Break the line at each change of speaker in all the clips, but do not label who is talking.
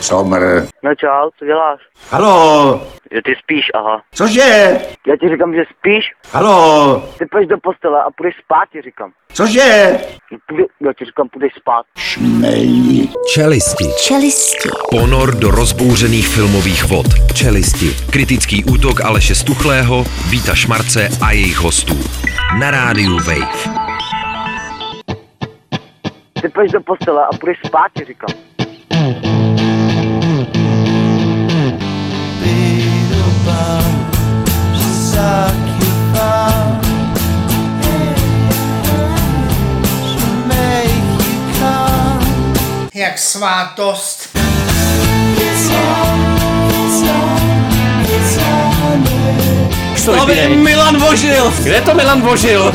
Somr.
No čau, co děláš?
Halo,
Jo, ty spíš, aha.
cože?
Já ti říkám, že spíš,
Halo,
ty půjdeš do postele a půjdeš spát, ti říkám.
cože?
Půjde, já ti říkám, půjdeš spát.
Šmejí.
Čelisti.
Čelisti.
Ponor do rozbouřených filmových vod.
Čelisti.
Kritický útok Aleše Stuchlého, Víta Šmarce a jejich hostů. Na rádiu Wave.
Ty půjdeš do postele a půjdeš spát, ti říkám.
Jak svátost.
Slavě Milan Vožil!
Kde to Milan vožil?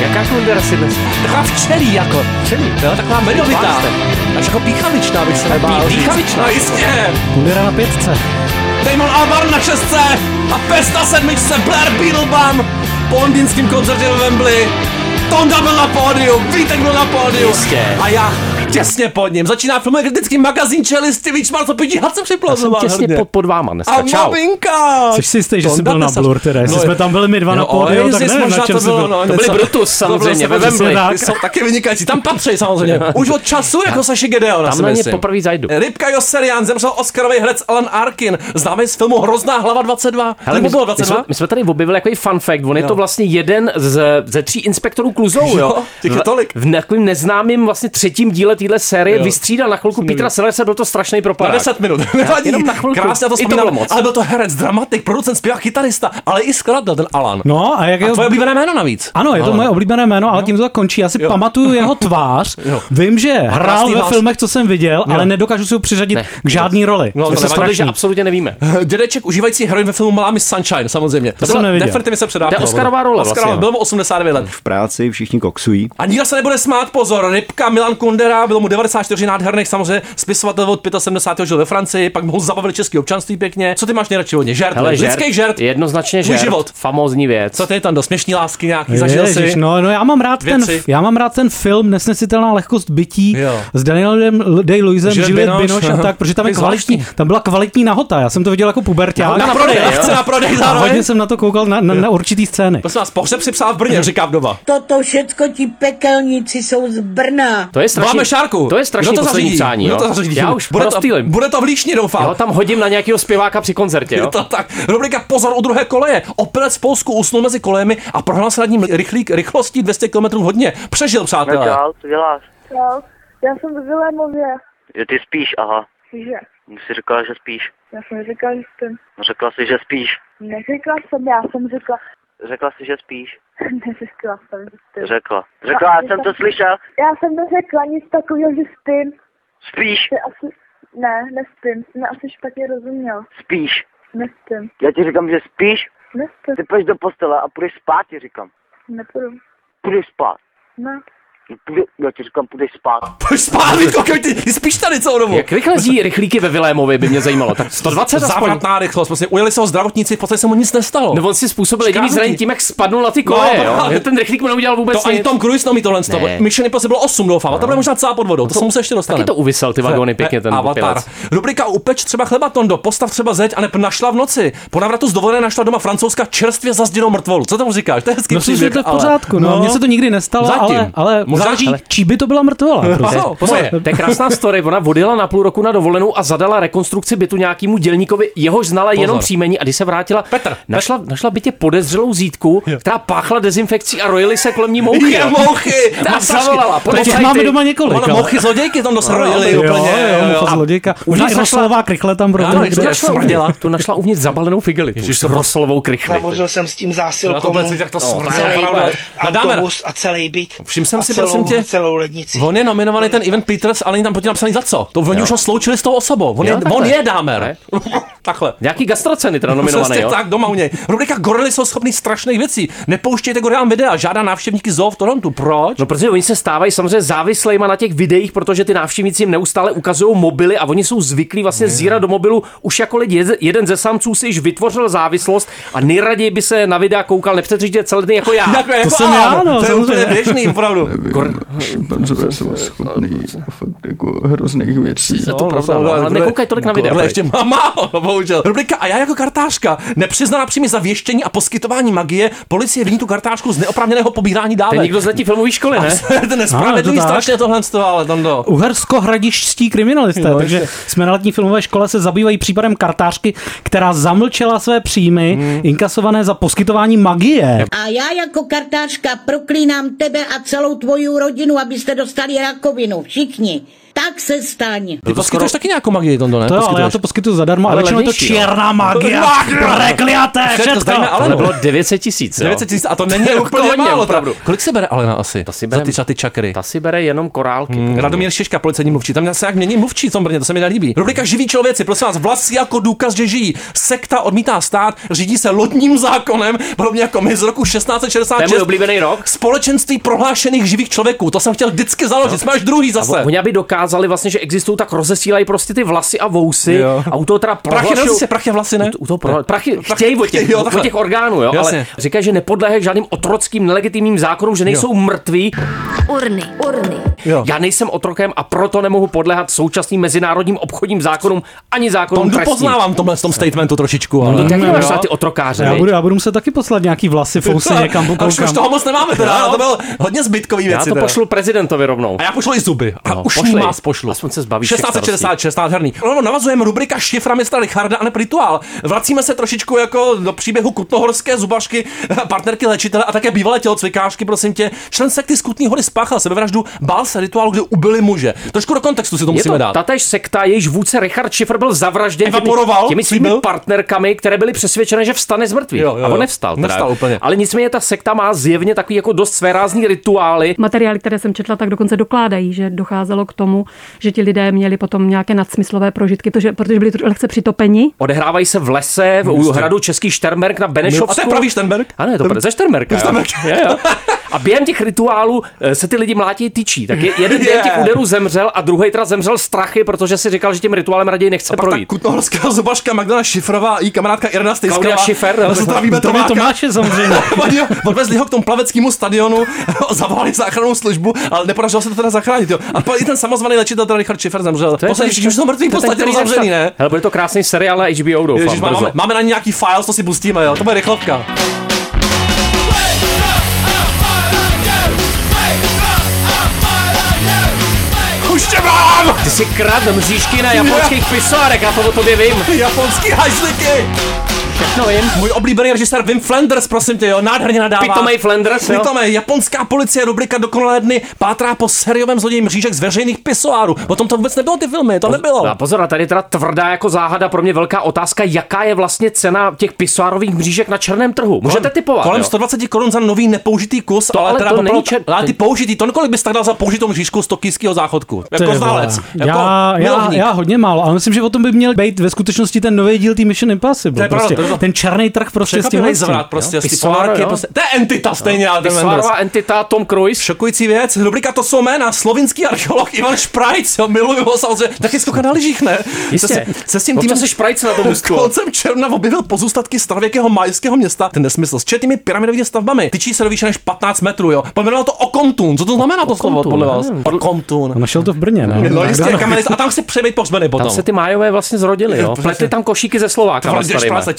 Jaká kundera si dnes? Taková včelí jako. Včelí? Jo, taková medovitá. Až jako píchavičná bych se nebál. Píchavičná? No jistě! Kundera na pětce. Damon Albarn na šestce a Pes na sedmičce, Blair Beetlebum po londýnském koncertě ve Wembley. Tonda byl na pódiu, Vítek byl na pódiu. Jistě. A já těsně pod ním. Začíná filmový kritický magazín Čelisty, víc má co pití, had se připlozoval.
Těsně pod, pod váma dneska.
A
Čau.
maminka!
Jsi si jistý, že jsi
Tonda
byl na
Tesař.
Blur teda, jestli
No,
jsme tam byli my dva na
No, ale
pódiu, tak
jsi
nevím, na
možná
čem
to
jsi
bylo, no,
byl.
To byli
něco.
Brutus
To bylo prostě
samozřejmě, ve
přesně
Wembley.
tak.
Ty jsou taky vynikající, tam patří samozřejmě. Už od času jako Saši Gedeon,
Tam na ně poprvé zajdu.
Rybka Joselian, zemřel Oscarový herec Alan Arkin, známý z filmu Hrozná hlava 22. Hele,
my,
Nebo bylo
my, jsme,
22?
my jsme tady objevili takový fun fact, on je
Jo.
to vlastně jeden z, ze tří inspektorů Kluzou, jo?
Jo, těch je
V-
tolik.
V takovým neznámým vlastně třetím díle téhle série
Jo.
vystřídal na chvilku Petra Sellersa, byl to strašný
Na
propadák.
10 minut, nevadí.
jenom na chvilku.
Krásně na to
I to
vzpomínám.
bylo moc.
Ale byl to herec, dramatik, producent, zpěvák, kytarista, ale i skladatel ten Alan.
No a jak
A
jeho...
tvoje oblíbené jméno navíc.
Ano, je to
Alan.
moje oblíbené jméno, ale tím to tak končí. Já si
Jo.
pamatuju jeho tvář,
Jo.
vím, že
krásný
hrál ve
hlas.
filmech, co jsem viděl, ale nedokážu si ho přiřadit
Ne.
k žádný roli.
No,
To
to
je
My jsme shodli, že
strašný.
absolutně nevíme.
Eh, Dědeček užívající heroin ve filmu Malá Miss Sunshine, samozřejmě. To,
jsem
byla-
neviděl.
Definitivně se předává.
To je Oscarová role vlastně, no.
Bylo mu 89 let.
V práci všichni koksují.
A nikdo se nebude smát, pozor, Rybka Milan Kundera, byl mu 94 nádherných, samozřejmě spisovatel od 75. žil ve Francii, pak mu ho zabavili český občanství pěkně. Co ty máš nejradši hodně? Žert,
Hele,
lidský žert.
Jednoznačně
Tvůj
žert.
život.
Famózní věc.
Co ty je tam do směšný lásky nějaký, zažil
Ježiš,
jsi?
no, no, já mám rád ten,
Věci.
já mám rád ten film Nesnesitelná lehkost bytí
Jo.
s Danielem L- Day-Lewisem,
Žil
Juliet
Binoche,
Binoche a
aha.
tak, protože tam je
To je
kvalitní,
zvláštní.
tam byla kvalitní nahota, já jsem to viděl jako puberták.
Na prodej, chce na prodej
A hodně
zároveň.
jsem na to koukal na, na, na určitý scény.
Prosím vás, pohřeb si psal v Brně, říká vdova.
Toto všecko ti pekelníci jsou z Brna.
To je strašný,
Máme šárku.
To je strašný
Kdo to
poslední
zařídí?
přání,
Kdo
jo.
to zařídí?
Já už
bude to,
prostýlim.
bude to v líšni, doufám.
Jo, tam hodím na nějakého zpěváka při koncertě,
Je
jo?
to tak. Rubrika Pozor u druhé koleje. Opelec v Polsku usnul mezi kolejemi a prohnal se nad ním rychlík rychlostí 200 km hodně. Přežil,
No
přátelé.
čau, co děláš?
Čau, já jsem v Vilémově.
Jo, ty spíš, aha.
Že?
Ty jsi říkala, že spíš.
Já jsem říkal, že jsem...
No, Řekla jsi, že spíš.
Neřekla jsem, já jsem řekla...
Řekla jsi, že spíš.
Neřekla jsem, že spím.
Řekla. Řekla, já jsem to slyšel.
Já jsem neřekla nic takového, že spím.
Spíš,
Ty asi... Ne, nespím. Jsi mě asi špatně rozuměl.
spíš.
Nespím.
Já ti říkám, že spíš.
Nespím.
Ty půjdeš do postele a půjdeš spát, ti říkám.
Nepůjdu.
Půjdeš spát.
Ne.
Půjde, já ti říkám, půjdeš spát.
Pojď spát, Vítko, kdo ty, ty spíš tady celou dobu.
Jak rychle jezdí rychlíky ve Vilémově, by mě zajímalo. Tak 120 aspoň.
Závratná rychlost, prostě ujeli se ho zdravotníci, v podstatě se mu nic nestalo.
Nebo on si způsobil jediný
Škrábnutí.
zranění tím, jak spadnul na ty koleje,
No,
jo?
právě.
Že ten rychlík mu neudělal vůbec
to ani
nic.
Tom Cruise nemí tohle stop.
prostě Ne.
Mission Impossible 8 doufám, a to bude možná celá pod vodou, to, se mu se ještě dostane.
Taky to uvisel ty vagóny pěkně ten
Avatar.
pilec.
Rubrika Upeč třeba chleba tondo, postav třeba zeď a nep našla v noci. Po navratu z dovolené našla doma francouzská čerstvě zazděnou mrtvolu. Co tomu říkáš? To je hezký
No,
příběh,
slyšel to je v
ale-
pořádku, no. Mně se to nikdy nestalo,
Zatím.
ale, ale
Možná-
záleží,
ale-
čí by to byla mrtvola. Prostě.
Ano, pozor.
Moje. To je krásná story. Ona odjela na půl roku na dovolenou a zadala rekonstrukci bytu nějakému dělníkovi, jehož znala Pozor. jenom příjmení a když se vrátila,
Petr.
našla, našla bytě podezřelou zítku, která páchla dezinfekcí a rojily se kolem ní mouchy.
Je,
jo.
mouchy!
Tak
Masažky.
zavolala,
To
Těch
policajty.
máme doma několik.
Ona
ale-
mouchy zlodějky tam
Jo,
dosrojili
jo,
úplně.
jo,
jo.
mucha zlodějka.
Už
Možná
našla-
Jaroslavá krychle tam
Ano,
rovnou.
je to
někde.
našla- smrdila.
Tu našla uvnitř zabalenou figelitu. Ježiš, to roslovou krychli.
Namořil jsem s tím
Na to
zásilkou.
pleci, tak No, to smrdí.
celý
opravdu. A dáme.
autobus a celý byt.
Všim jsem
a
si,
celou,
prosím tě.
celou lednici.
On je nominovaný ten Event Peters, ale není tam proti napsaný za co. To oni už ho sloučili s tou osobou. On, je,
Jo, takhle.
on je dámer.
Ne?
Takhle.
Nějaký gastroceny teda nominovaný,
Přesně
jo?
tak, doma u něj. Rubrika Gorily jsou schopný strašných věcí. Nepouštějte gorilám videa, žádá návštěvníky zoo v Torontu. Proč?
No protože oni se stávají samozřejmě závislejma na těch videích, protože ty návštěvníci jim neustále ukazují mobily a oni jsou zvyklí vlastně zírat do mobilu. Už jako lidi, Jed- jeden ze samců si již vytvořil závislost a nejraději by se na videa koukal nepřetržitě celý den jako já.
Jako, jako,
jsem já,
ano,
no,
To je úplně
samozřejmě.
běžný, opravdu.
Špancové jsou schopný fakt jako hrozných věcí.
to
No,
pravda,
no,
no,
no,
ale
tohle-
nekoukej tolik na
tohle
videa,
ještě má málo, no, bohužel. Rubrika A já jako kartářka. Nepřiznaná příjmy za věštění a poskytování magie, policie viní tu kartářku z neoprávněného pobírání
To je
dávek.
někdo z letí filmové školy, ne?
to je nespravedlivý
Ano, je to tak.
strašně tohle z toho, ale tam do.
Uhersko-hradišťští kriminalisté,
Jo,
takže jsme na letní filmové škole se zabývají případem kartářky, která zamlčela své příjmy,
Hmm.
inkasované za poskytování magie.
A já jako kartářka proklínám tebe a celou tvoji rodinu, abyste dostali rakovinu. Všichni. Tak se staň.
Ty poskytuješ taky nějakou magii, Tondo, ne?
To jo, ale já
Poskytuješ.
to poskytuju zadarmo, ale no. většinou je to
levnější, jo.
černá magie. Prekliaté,
To je to
všetko.
zdejme
Ale
Alenu.
bylo 900 tisíc,
900 tisíc, a to není
To
úplně
hodně,
málo,
opravdu.
opravdu. Kolik se bere Alena asi? To
si
za
berem-
ty, za ty čakry.
Ta si bere jenom korálky.
Mm, Radomír Šiška, policejní mluvčí. Tam se jak mění mluvčí v tom Brně, to se mi nelíbí. Rubrika Živí člověci, prosím vás, vlasy jako důkaz, že žijí. Sekta odmítá stát, řídí se lodním zákonem, podobně jako my z roku
To je
1666.
můj oblíbený rok.
Společenství prohlášených živých člověků, to jsem chtěl vždycky založit, jsme až druhý zase.
No. Oni aby dokázali vlastně, že existují, tak rozesílají prostě ty vlasy a vousy
Jo.
a u toho teda
Prachy
prohlašujou-
se prachy a vlasy, ne?
U toho No, pro... prachy chtějí od těch,
chtějí, jo,
od
takhle.
těch orgánů, jo, ale
Jasně.
říkají, že nepodléhají žádným otrockým nelegitimním zákonům, že nejsou mrtví.
Urny, urny.
Jo.
Já nejsem otrokem a proto nemohu podléhat současným mezinárodním obchodním zákonům ani zákonům
Tondu
trestním.
No, poznávám v tomhle v tom statementu trošičku, ale...
No, tak
Jo.
máš rád ty otrokáře,
Já
viď?
budu, já budu muset taky poslat nějaký vlasy fousy někam
a už, už
pokoukám.
toho moc nemáme teda, ale to byl hodně zbytkový věci.
Já to
teda.
pošlu prezidentovi rovnou.
A já pošlu i zuby. A
No,
no, už
pošli.
ní vás pošlu.
Aspoň se zbavíš těch
1666, nádherný. No, navazujeme rubrika šifra mistra Richarda a ne rituál. Vracíme se trošičku jako do příběhu kutnohorské zubašky, partnerky léčitele a také bývalé tělocvikářky, prosím tě. Člen sekty z Kutný hory spáchal sebevraždu, bál se rituálu, kde ubili muže. Trošku do kontextu si to
Je
musíme
to
dát.
tatéž sekta, jejíž vůdce Richard Schiffer byl zavražděn těmi,
Evaporoval,
těmi svými
slíbil.
partnerkami, které byly přesvědčené, že vstane z mrtvých.
Jo, jo,
a on
jo.
nevstal. Teda.
Nevstal úplně.
Ale nicméně ta sekta má zjevně takový jako dost své rázný rituály.
Materiály, které jsem četla, tak dokonce dokládají, že docházelo k tomu, že ti lidé měli potom nějaké nadsmyslové prožitky, protože, protože byli tro- lehce přitopeni.
Odehrávají se v lese, v, u hradu Český Štermerk na Benešovsku.
A No, to je pravý Štenberg?
Ano, je to pr- ze Štermerka. jo. Jo, jo. A během těch rituálů eh, se ty lidi mlátí tyčí. Tak je, jeden během těch
Je.
úderů zemřel a druhý teda zemřel strachy, protože si říkal, že tím rituálem raději nechce
Pak ta
projít.
kutnohorská zubaška Magdalena Šifrová a její kamarádka Irena Stejská.
Klaudia Schiffer, no.
Zdravíme
To je
Tomáka.
Tomáše samozřejmě.
Oni ho- Odvezli ho k tomu plaveckému stadionu, zavolali záchrannou službu, ale nepodařilo se to teda zachránit. Jo. A pak i ten samozvaný lečitel, teda Richard Schiffer, zemřel.
To je
Poslední
ten-
všichni už jsou mrtví, v
to je ten,
podstatě
který
rozavřený,
zemřel.
ne?
Hele, bude to krásný seriál na HBO, doufám.
Ježiš, máme,
brzo.
máme, na ně nějaký files, to si pustíme, jo. to bude rychlovka. Už tě mám!
Ty si krát mřížky na japonských pisoárek, já to o tobě vím.
Japonský hajzliky!
No vím.
Můj oblíbený režisér Wim Flanders, prosím tě, jo, nádherně nadává.
Pitomej Flanders, jo.
Pitomej, japonská policie, rubrika Dokonalé dny, pátrá po seriovém zloději mřížek z veřejných pisoárů. O tom to vůbec nebylo ty filmy, to nebylo.
No A pozor, a tady je teda tvrdá jako záhada, pro mě velká otázka, jaká je vlastně cena těch pisoárových mřížek na černém trhu. Můžete typovat.
Kolem
jo?
120 korun za nový nepoužitý kus, to, ale,
ale
teda
to
poprvé-
není čer-
ale ty použitý, to kolik bys tak dal za použitou mřížku z tokijského záchodku? Jako
Ty vole.
znalec, jako
já, já,
milovník.
já, hodně málo, ale myslím, že o tom by měl být ve skutečnosti ten nový díl tým Mission Impossible.
To je pravda,
prostě.
to je pravda.
Ten černý trh prostě s
Překvapivý
tím
zvrat prostě, ty
Pisoáro,
polárky,
jo.
prostě, to je entita stejně, ale ten Wenders.
Pisoárová entita Tom Cruise.
Šokující věc, rubrika to jsou jména, slovinský archeolog Ivan Šprajc, jo, miluju ho samozřejmě, taky skoká na lyžích, ne?
Jistě.
Se, se s tím
Občas
týmem
se šprajc na tom ústku.
Koncem června objevil pozůstatky starověkého majského města, ten nesmysl, s četnými pyramidovými stavbami, tyčí se do výše než 15 metrů, jo. Pojmenoval to Okontun, co to znamená to slovo,
Okontun,
podle vás?
nevím.
Okontun.
A našel to v Brně, ne?
No jistě, kameny, a tam chci přejít pohřbený potom.
Tam se ty májové vlastně zrodili, jo.
Přesně.
Pletli tam košíky ze Slováka. vlastně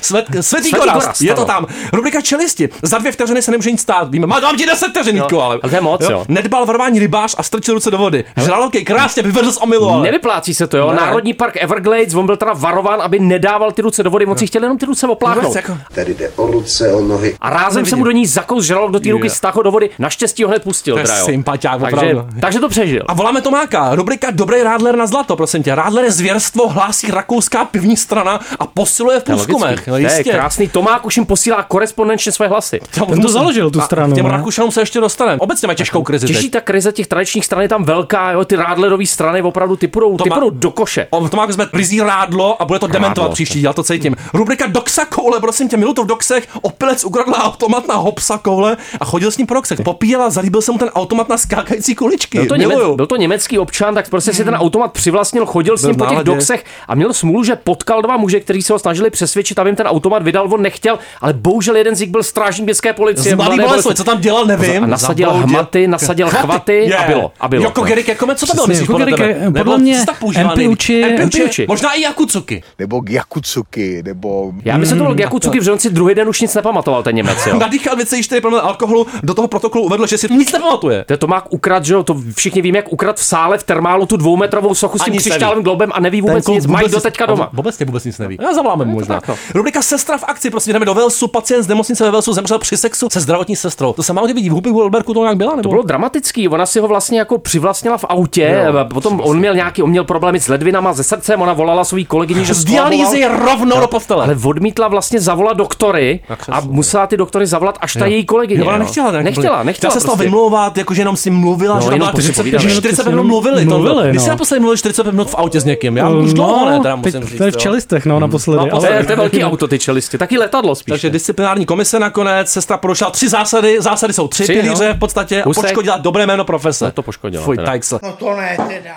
Svetý
Svatý
Gorast,
Gorazd,
je to
ano.
tam. Rubrika čelisti. Za dvě vteřiny se nemůže nic stát. Víme, má dám ti 10 vteřin, Vítku, ale.
ale to je moc, jo.
Nedbal varování rybář a strčil ruce do vody. Žralokej krásně vyvedl z omilu, ale.
Nevyplácí se to, jo. Národní park Everglades, on byl teda varován, aby nedával ty ruce do vody, moc si chtěl jenom ty ruce opláchnout.
Jako,
Tady jde o ruce, o nohy.
A rázem se mu do ní zakous žralok do té ruky,
Je.
stáhl do vody, naštěstí ho hned pustil.
To je
teda, jo.
sympatiák,
takže,
opravdu.
takže to přežil.
A voláme Tomáka. Rubrika Dobrý rádler na zlato, prosím tě. Rádler je zvěrstvo, hlásí rakouská pivní strana a posiluje vkus průzkumech, no
To je
jistě.
krásný. Tomák už jim posílá korespondenčně své hlasy.
On to založil, tu stranu,
K těm
ne?
Rakušanům se ještě dostaneme. Obecně mají těžkou krizi.
teď.
Těžší ta krize těch tradičních stran je tam velká, jo, ty rádlerové strany opravdu ty půjdou, ty půjdou do koše.
On to má vezme rizí rádlo a bude to dementovat příští, já to cítím. Rubrika Doxa Koule, prosím tě, minutu v Doxech, opilec ukradl automat na Hopsa Koule a chodil s ním po Doxech. Popíjela, zalíbil se mu ten automat na skákající kuličky.
Byl No to,
Miluju. Hmm.
Němec, byl to německý občan, tak prostě si ten automat přivlastnil, chodil s
Byl
ním
v
po těch
náladě.
doxech a měl smůlu, že potkal dva muže, kteří se ho snažili přesvědčit, aby jim ten automat vydal, on nechtěl, ale bohužel jeden z nich byl strážník městské policie.
Z Mladé
Mladé
Boleslavi, co tam dělal, nevím.
A nasadil
Zabloudil.
hmaty, nasadil chvaty a bylo, a bylo. no.
Joko Gerike, kome, co to bylo,
Přesně,
myslíš,
Joko
podle
Gerike,
tebe?
podle
Nebo
mě
co se tak používá
MP
nejvíc?
Uči.
MP Uči.
Uči.
Možná i Jakucuky.
Nebo Jakucuky, nebo...
Já bych se to
Hmm.
byl Jakucuky, protože on si druhý den už nic nepamatoval, ten Němec. Jo.
Nadýchal 2,4 promile alkoholu, do toho protokolu uvedl, že si nic nepamatuje.
To je Tomák ukrad, že jo, to všichni víme, jak ukrad v sále v termálu tu dvoumetrovou sochu s tím
Ani se
křišťálovým
neví.
globem a neví
Ten
vůbec
kluk
nic, mají
vůbec
do
nic-
teďka
a
doma.
vů- Vůbec, vůbec nic neví. Já zavoláme mu možná. Rubrika Sestra v akci, prostě jdeme do Velsu, pacient z nemocnice ve Velsu zemřel při sexu se zdravotní sestrou. To se málo kdy vidí, v Hupi Wolberku to nějak byla, nebo?
To bylo dramatický, ona si ho vlastně jako přivlastnila v autě,
Jako- Jo,
jo, potom on měl nějaký, on měl problémy s ledvinama, ze srdcem, ona volala svý kolegyni, že
Z
zkolaboval.
dialýzy rovnou
No,
do postele.
Ale odmítla vlastně zavolat doktory a musela ty doktory zavolat až ta její kolegyně.
Jo, ona
jo.
nechtěla, nějak
nechtěla,
byli.
nechtěla. prostě.
Já se stala vymlouvat, jakože jenom si mluvila,
No,
že tam
jenom
byla
to si
40,
povídali.
že 45 minut mluvili.
Mluvili,
to, Když
no.
jsi naposledy mluvil 45 minut v autě s někým? Já
No,
už dlouho ne, teda musím
teď,
říct.
To je v
jo.
čelistech, no, naposledy.
No,
ale-
To je, to je velký auto, ty čelisti, taky letadlo spíš.
Takže disciplinární komise nakonec, sestra porušila tři zásady, zásady jsou tři,
Tři,
pilíře
no.
v podstatě a
Husek.
poškodila dobré jméno profese.
To poškodila.
Fuj,
teda.
tajksle.
No to ne teda.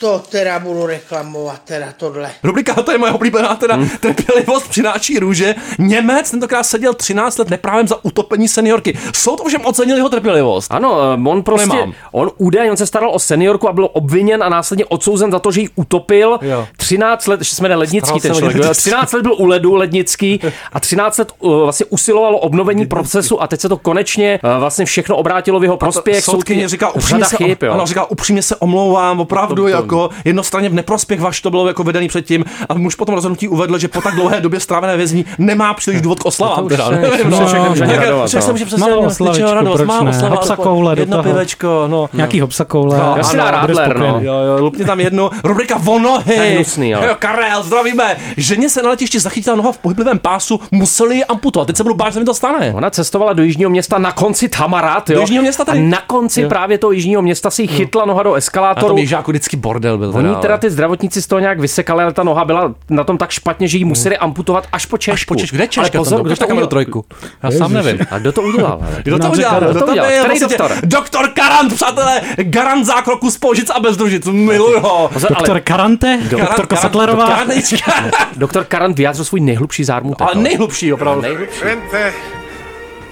To teda budu reklamovat, teda tohle.
Rubrika, to je moje oblíbená, teda hmm. trpělivost přináší růže. Němec tentokrát seděl 13 let neprávem za utopení seniorky. Soud ovšem ocenil jeho trpělivost.
Ano, eh, on prostě,
Nemám.
on údajně, on se staral o seniorku a byl obviněn a následně odsouzen za to, že ji utopil.
Jo.
13 let, že jsme ne
Staral
lednický ten
se o
člověk, jo,
Lednický.
13 let byl u ledu lednický a 13 let uh, vlastně usilovalo obnovení procesu a teď se to konečně uh, vlastně všechno obrátilo v jeho prospěch.
Soudkyně říká upřímně,
řada
se,
chyb, jo.
ano, říká, upřímně se omlouvám, opravdu
To- to-
jako jednostranně v neprospěch vaš to bylo jako vedený předtím a muž potom rozhodnutí uvedl, že po tak dlouhé době strávené vězní nemá příliš důvod k oslavám.
už
teda,
se-
nevím,
už se
no.
všechno může
Tak,
radovat,
člověk se
no.
může přesně
Malou
dělat
oslavičku,
něčeho radost,
proč
má
ne?
oslava,
Hapsa koule do
jedno
toho.
pivečko, no.
Nějaký hopsakoule.
No,
Já
si dá Radler, no.
Jo, jo, lupně tam jedno. Rubrika Vonohy.
To je hnusný, jo.
jo. Karel, zdravíme. Ženě se na letišti zachytila noha v pohyblivém pásu, museli ji amputovat. Teď se budu bát, že mi to stane.
Ona cestovala do jižního města na konci Tamarat, jo.
Do jižního města tady?
A na konci
Jo.
právě toho jižního města si ji chytla noha do
A to
eskalátoru.
je jako vždycky bordel byl.
Oni teda
ale.
ty zdravotníci z toho nějak vysekali, ale ta noha byla na tom tak špatně, že ji museli amputovat až po Češku. Až
Hmm. po Češku. Kde je Češka
Ale pozor,
tam?
kdo
Proč
to
tam
udělal?
trojku? Já sám
Ježiši.
nevím.
A kdo to udělal? ale?
Kdo to udělal?
Kdo to udělal?
byl
Který
prostě
doktor?
Doktor Karan, přátelé, garant zákroku z Polžic a Bezdružic, miluju ho.
Pozor, ale-
Doktor Karante, doktorka
Karan-
Sadlerová.
Karanička.
Doktor Karant vyjádřil svůj nejhlubší zármutek.
Ale
no.
nejhlubší opravdu.
Nejhlubší.
Vente,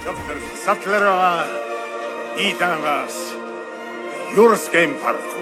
doktor Sattlerová, vítám vás v Jurském parku.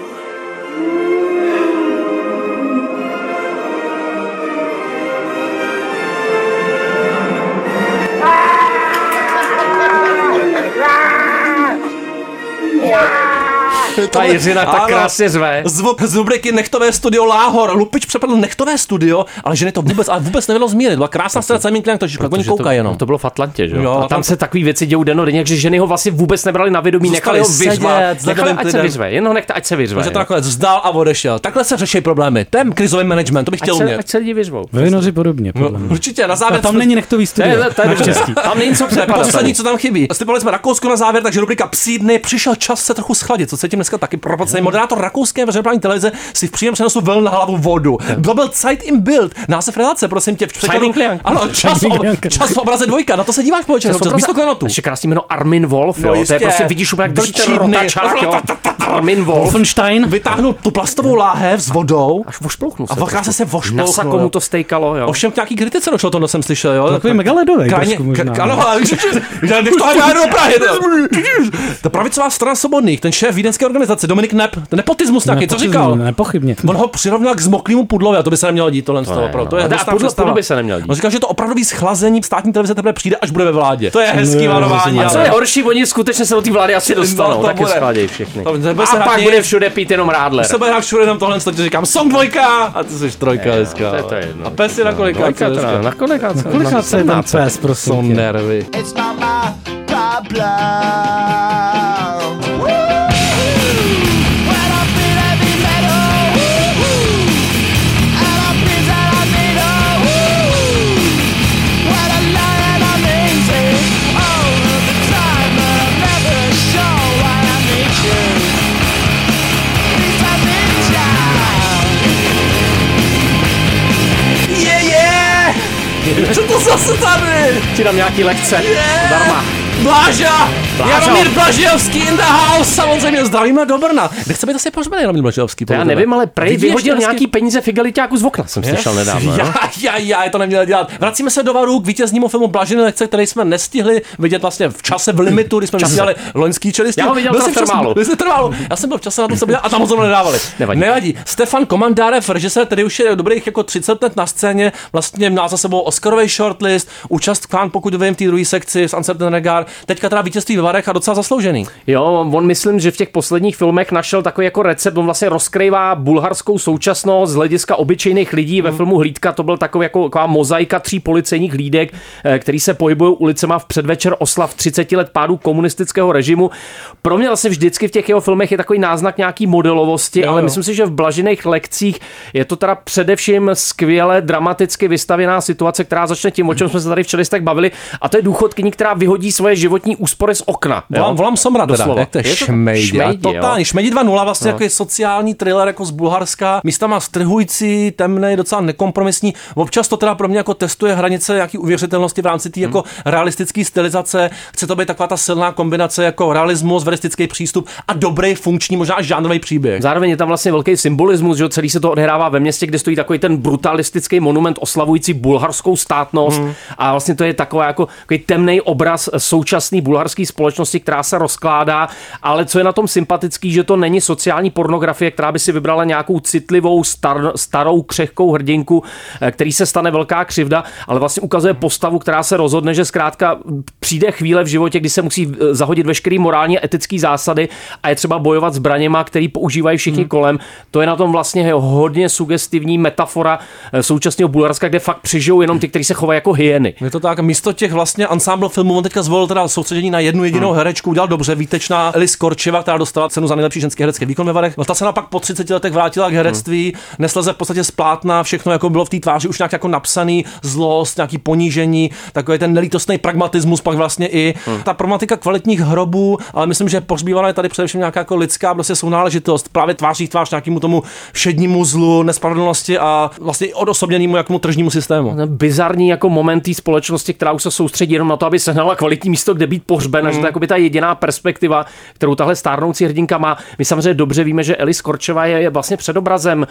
Ta Jiřina tak
Ano.
krásně zve.
Zvuk z rubriky Nechtové studio Láhor. Lupič přepadl Nechtové studio, ale že ne to vůbec, ale vůbec nevědělo zmírit. Byla krásná scéna, samý klient, takže oni
Protože to-
koukají jenom.
To bylo v Atlantě, že jo?
Jo,
a
tam-
tam se takový věci dějou denodenně, že ženy ho vlastně vůbec nebrali na vědomí,
Zůstali
nechali ho
sedět
vyřvat.
s
Nechali,
ledovým
ať se
klidem.
vyřve, jenom nechte, ať se vyřve.
Takže to
jo.
nakonec vzdal a odešel. Takhle se řeší problémy. Ten krizový management, to bych
Ať
chtěl
se,
umět.
ať se lidi vyřvou.
Vinoři podobně,
No,
podle mě.
Určitě, na závěr.
A tam není nechtový studio,
To je- to je-
naštěstí.
Tam není co
To je
přepadat.
Poslední, co tam chybí. Stipovali jsme Rakousko na závěr, takže rubrika Psí dny. Přišel čas se trochu schladit, co se tím dneska taky propacený. Moderátor rakouské veřejnoprávní televize si v příjem přenosu vel na hlavu vodu. To byl Zeit im Bild. Název relace, prosím tě. v překladu-
Zeit im Klang.
Ano, čas,
Zeit im
ob,
Klang.
čas v obraze dvojka, na to se díváš společně.
Čas v obraze-
Místo klenotu.
Ještě krásný jméno Armin Wolf,
No
jo. To
jistě.
je prostě, vidíš úplně, jak drží ten
Vlčí dny.
rotačák, jo. Armin Wolf.
Wolfenstein.
Vytáhnout tu plastovou láhev s vodou.
Až vošplouchnu
A vaká se se
Na
vošplouchnul.
sakomu to stejkalo, jo.
Ovšem k nějaký kritice došlo to, no jsem slyšel, jo.
Takový megaledový
Krajně-
trošku možná,
k-
no.
Ano, ale už já nech to já jdu do Prahy. no. Ta pravicová strana svobodných, ten šéf vídeňské organizace, Dominik Nep, ten nepotismus taky, co
Nepochybně,
říkal?
Nepochybně.
On ho přirovnal k zmoklýmu pudlovi a to by se nemělo dít, tohle to,
ne,
to,
no.
to je
A dá-
hnusná
pudlo-
představa.
pudlo by se nemělo dít.
On říkal, že to opravdální schlazení státní televize teprve přijde, až bude ve vládě. To je hezký
Ne,
varování.
rozumím.
A co
ale-
je horší, oni skutečně se do té vlády asi dostanou,
No, to
taky
bude.
schladějí všechny.
To- to bude se
A pak
hrát-
bude všude pít jenom Rádler.
Sebe hrám všude jenom tohle, co ti říkám, song dvojka! A ty jsi trojka dneska.
to je to jedno.
A pes je na
Dvojka
kolika?
No, teda, na kolika-
Kolika se ten prostě? pes,
Jsou
prosím tě?
nervy.
It's not my problem. Woo! When I feel heavy metal, woo-hoo. And I feel that I need a woo-hoo.
co to zase tady?
Ti dám nějaký lekce.
Yeah.
Zdarma.
Bláža!
Blážo.
Jaromír Blažovský in the house, samozřejmě zdravíme do Brna. Kde chce být asi pohřbený Jaromír Blažovský?
To já nevím, ale prej vyhodil nějaký peníze figelitáku z okna, jsem slyšel nedávno.
Já,
no.
já, já, to neměl dělat. Vracíme se do varu k vítěznímu filmu Blažené lekce, který jsme nestihli vidět vlastně v čase, v limitu, když jsme
Čase.
vysílali loňský čelistí.
Já ho viděl
Byl
teda
jsem
v Trválu.
Byl jsem v trválu. Já jsem byl v čase na to, co viděl a tam ho zrovna nedávali.
Nevadí.
Nevadí. Stefan Komandárev, režisér, který už je dobrých jako 30 let na scéně, vlastně má za sebou Oscarový shortlist, účast Khan, pokud vím, v té druhé sekci s Uncertain Regard, teďka teda vítězství ve Varech a docela zasloužený.
Jo, on myslím, že v těch posledních filmech našel takový jako recept, on vlastně rozkrývá bulharskou současnost z hlediska obyčejných lidí. Ve filmu Hlídka to byl takový jako taková mozaika tří policejních hlídek, eh, který se pohybují ulicema v předvečer oslav 30 let pádu komunistického režimu. Pro mě vlastně vždycky v těch jeho filmech je takový náznak nějaký modelovosti, jo, ale
jo.
myslím si, že v blažených lekcích je to teda především skvěle dramaticky vystavěná situace, která začne tím, o čem jsme se tady v čelistech bavili, a to je důchodkyní, která vyhodí svoje životní úspory z okna. jo.
Volám, volám Somra teda.
Doslova.
Jak to je,
Je to-
šmejdi.
šmejdi,
a totální.
jo.
Šmejdi 2.0 vlastně
No.
no. jako je sociální thriller jako z Bulharska. Místama strhující, temný, docela nekompromisní. Občas to teda pro mě jako testuje hranice nějaký uvěřitelnosti v rámci
Hmm.
té jako realistické stylizace. Chce to být taková ta silná kombinace jako realismus, veristický přístup a dobrý funkční, možná až žánrový příběh.
Zároveň je tam vlastně velký symbolismus, že jo, celý se to odehrává ve městě, kde stojí takový ten brutalistický monument oslavující bulharskou státnost.
Mhm.
A vlastně to je taková jako takový temný obraz současné bulharské společnosti, která se rozkládá. Ale co je na tom sympatický, že to není sociální pornografie, která by si vybrala nějakou citlivou, star, starou, křehkou hrdinku, eh, který se stane velká křivda, ale vlastně ukazuje postavu, která se rozhodne, že zkrátka přijde chvíle v životě, kdy se musí eh, zahodit veškerý morální a etický zásady a je třeba bojovat zbraněma, který používají všichni kolem. To je na tom vlastně jeho hodně sugestivní metafora eh, současného Bulharska, kde fakt přežijou jenom ty, kteří se chovají jako hyeny.
Je to tak, místo těch vlastně ensemble filmů, on teďka zvolil teda soustředění na jednu jedinou hmm. herečku, udělal dobře, výtečná Elis Korčeva, která dostala cenu za nejlepší ženský herecký výkon ve Varech. No, Ta se naopak po 30 letech vrátila k herectví, hmm. nesleze v podstatě splátna, všechno jako bylo v té tváři už nějak jako napsaný, zlost, nějaký ponížení, takový ten nelítostný pragmatismus pak vlastně i hmm. ta problematika kvalitních hrobů, ale myslím, že pohřbívaná je tady především nějaká jako lidská prostě sounáležitost, právě tváří v tvář nějakému tomu šednímu zlu, nespravedlnosti a vlastně i odosobněnému jakému tržnímu systému.
bizarní jako moment té společnosti, která už se soustředí jenom na to, aby sehnala kvalitní místo, kde být pohřbena,
Hmm.
mm. že to je jakoby ta jediná perspektiva, kterou tahle stárnoucí hrdinka má. My samozřejmě dobře víme, že Elis Korčeva je, je vlastně předobrazem uh,